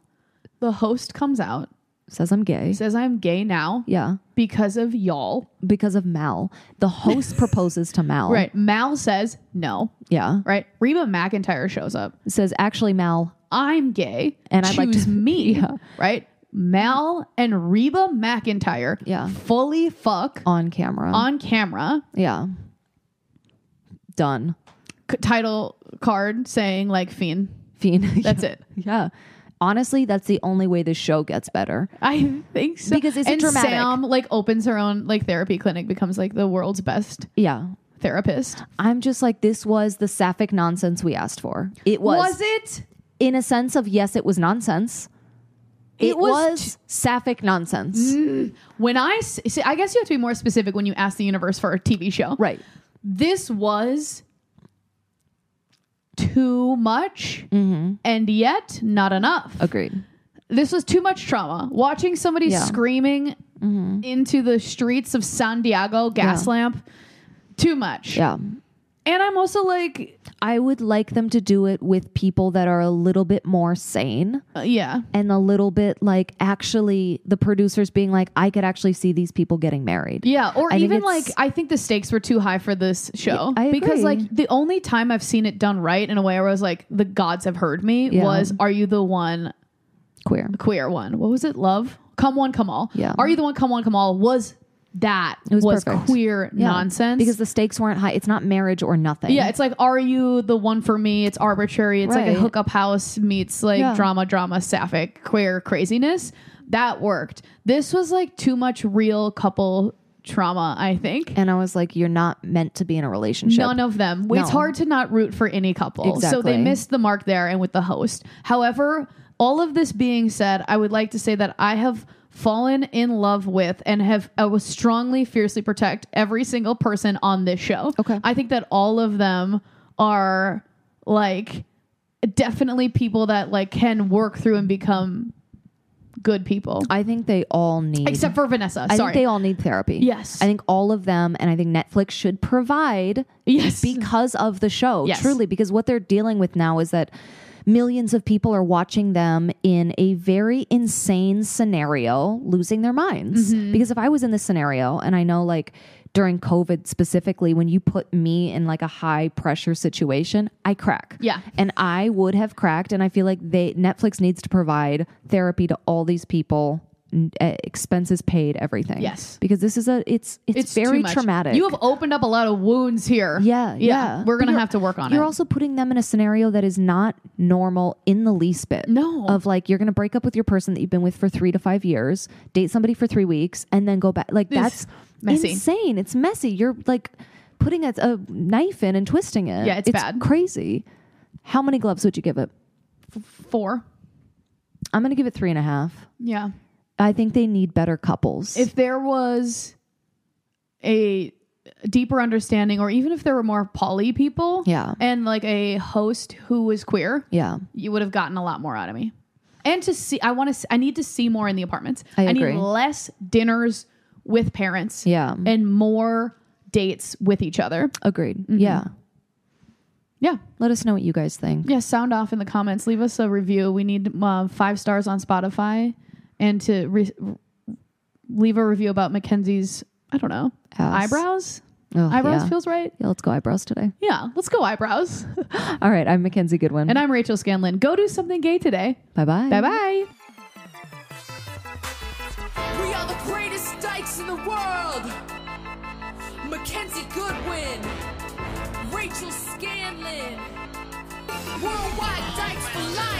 Speaker 3: the host comes out,
Speaker 2: Says I'm gay.
Speaker 3: says I'm gay now
Speaker 2: yeah,
Speaker 3: because of y'all.
Speaker 2: because of Mal. The host proposes to Mal.
Speaker 3: Right. Mal says no.
Speaker 2: Yeah.
Speaker 3: Right. Reba McIntyre shows up.
Speaker 2: Says actually Mal.
Speaker 3: I'm gay.
Speaker 2: And I'd like
Speaker 3: Choose
Speaker 2: to-
Speaker 3: me. Right. Mal and Reba McIntyre.
Speaker 2: Yeah.
Speaker 3: Fully fuck
Speaker 2: on camera.
Speaker 3: on camera.
Speaker 2: yeah. Done.
Speaker 3: C- title card saying like fiend.
Speaker 2: Fiend.
Speaker 3: That's it.
Speaker 2: yeah. Honestly, that's the only way this show gets better.
Speaker 3: I think so.
Speaker 2: Because it's
Speaker 3: and
Speaker 2: dramatic.
Speaker 3: Sam like opens her own like therapy clinic, becomes like the world's best
Speaker 2: Yeah.
Speaker 3: therapist.
Speaker 2: I'm just like, this was the sapphic nonsense we asked for. It was,
Speaker 3: it?
Speaker 2: in a sense of, yes, it was nonsense. It,
Speaker 3: was
Speaker 2: was, Mm-hmm. sapphic nonsense.
Speaker 3: When I s- see, I guess you have to be more specific when you ask the universe for a TV show.
Speaker 2: Right.
Speaker 3: This was too much
Speaker 2: Mm-hmm.
Speaker 3: and yet not enough.
Speaker 2: Agreed.
Speaker 3: This was too much trauma. Watching somebody
Speaker 2: Yeah. Mm-hmm.
Speaker 3: screaming into the streets of San Diego gas lamp, too much.
Speaker 2: Yeah.
Speaker 3: And I'm also like,
Speaker 2: I would like them to do it with people that are a little bit more sane.
Speaker 3: uh, yeah.
Speaker 2: and a little bit like actually the producers being like, I could actually see these people getting married.
Speaker 3: Yeah, or
Speaker 2: I think
Speaker 3: even like
Speaker 2: it's-
Speaker 3: I think the stakes were too high for this show
Speaker 2: I
Speaker 3: because
Speaker 2: agree.
Speaker 3: like the only time I've seen it done right in a way where I was like the gods have heard me
Speaker 2: Yeah.
Speaker 3: was Are You the One
Speaker 2: Queer.
Speaker 3: Queer One? What was it? Love Come One Come All.
Speaker 2: Yeah.
Speaker 3: Are You the One Come One Come All was that
Speaker 2: It was perfect.
Speaker 3: queer
Speaker 2: Yeah.
Speaker 3: nonsense
Speaker 2: Because the stakes weren't high. It's not marriage or nothing.
Speaker 3: yeah, it's like Are You the One for Me? It's arbitrary. It's like
Speaker 2: Right.
Speaker 3: a hookup house meets like
Speaker 2: Yeah.
Speaker 3: drama, drama, sapphic, queer craziness. That worked. This was like too much real couple trauma. I think.
Speaker 2: and I was like, you're not meant to be in a relationship.
Speaker 3: None of them. It's
Speaker 2: No.
Speaker 3: hard to not root for any couple. So they
Speaker 2: Exactly.
Speaker 3: missed the mark there and with the host. However, all of this being said, I would like to say that I have fallen in love with and have I will strongly fiercely protect every single person on this show.
Speaker 2: Okay.
Speaker 3: I think that all of them are like definitely people that like can work through and become good people.
Speaker 2: I think they all need.
Speaker 3: Except for Vanessa.
Speaker 2: I
Speaker 3: Sorry.
Speaker 2: think they all need therapy.
Speaker 3: Yes.
Speaker 2: I think all of them, and I think Netflix should provide
Speaker 3: yes.
Speaker 2: because of the show,
Speaker 3: Yes.
Speaker 2: truly, because what they're dealing with now is that millions of people are watching them in a very insane scenario, losing their minds.
Speaker 3: Mm-hmm.
Speaker 2: Because if I was in this scenario, and I know like during COVID specifically, when you put me in like a high pressure situation, I crack.
Speaker 3: Yeah.
Speaker 2: And I would have cracked. And I feel like they Netflix needs to provide therapy to all these people n- eh, expenses paid, everything.
Speaker 3: Yes.
Speaker 2: because this is a it's it's,
Speaker 3: It's too
Speaker 2: very
Speaker 3: much.
Speaker 2: traumatic.
Speaker 3: You have opened up a lot of wounds here.
Speaker 2: yeah, yeah.
Speaker 3: We're
Speaker 2: But
Speaker 3: gonna
Speaker 2: you're-
Speaker 3: have to work on it.
Speaker 2: You're also putting them in a scenario that is not normal in the least bit.
Speaker 3: No.
Speaker 2: of like you're gonna break up with your person that you've been with for three to five years, date somebody for three weeks, and then go back. Like that's
Speaker 3: messy.
Speaker 2: insane. It's messy. You're like putting a, a knife in and twisting it.
Speaker 3: Yeah, it's bad.
Speaker 2: Crazy. How many gloves would you give it?
Speaker 3: four.
Speaker 2: I'm gonna give it three and a half.
Speaker 3: Yeah.
Speaker 2: I think they need better couples.
Speaker 3: if there was a deeper understanding or even if there were more poly people
Speaker 2: Yeah.
Speaker 3: and like a host who was queer
Speaker 2: yeah,
Speaker 3: you would have gotten a lot more out of me and to see i want to i need to see more in the apartments
Speaker 2: I
Speaker 3: need
Speaker 2: agree.
Speaker 3: less dinners with parents
Speaker 2: Yeah.
Speaker 3: and more dates with each other
Speaker 2: agreed.
Speaker 3: Mm-hmm.
Speaker 2: Yeah.
Speaker 3: yeah
Speaker 2: Let us know what you guys think.
Speaker 3: yeah sound off in the comments leave us a review we need uh, five stars on spotify and to re- leave a review about mackenzie's i don't know
Speaker 2: Ass.
Speaker 3: eyebrows
Speaker 2: Oh,
Speaker 3: eyebrows
Speaker 2: yeah.
Speaker 3: feels right.
Speaker 2: yeah, let's go eyebrows today.
Speaker 3: Yeah, let's go eyebrows.
Speaker 2: All right, I'm Mackenzie Goodwin.
Speaker 3: and I'm Rachel Scanlon. Go do something gay today.
Speaker 2: bye bye.
Speaker 3: Bye bye.
Speaker 1: We are the greatest dykes in the world. Mackenzie Goodwin, Rachel Scanlon, Worldwide Dykes for Life.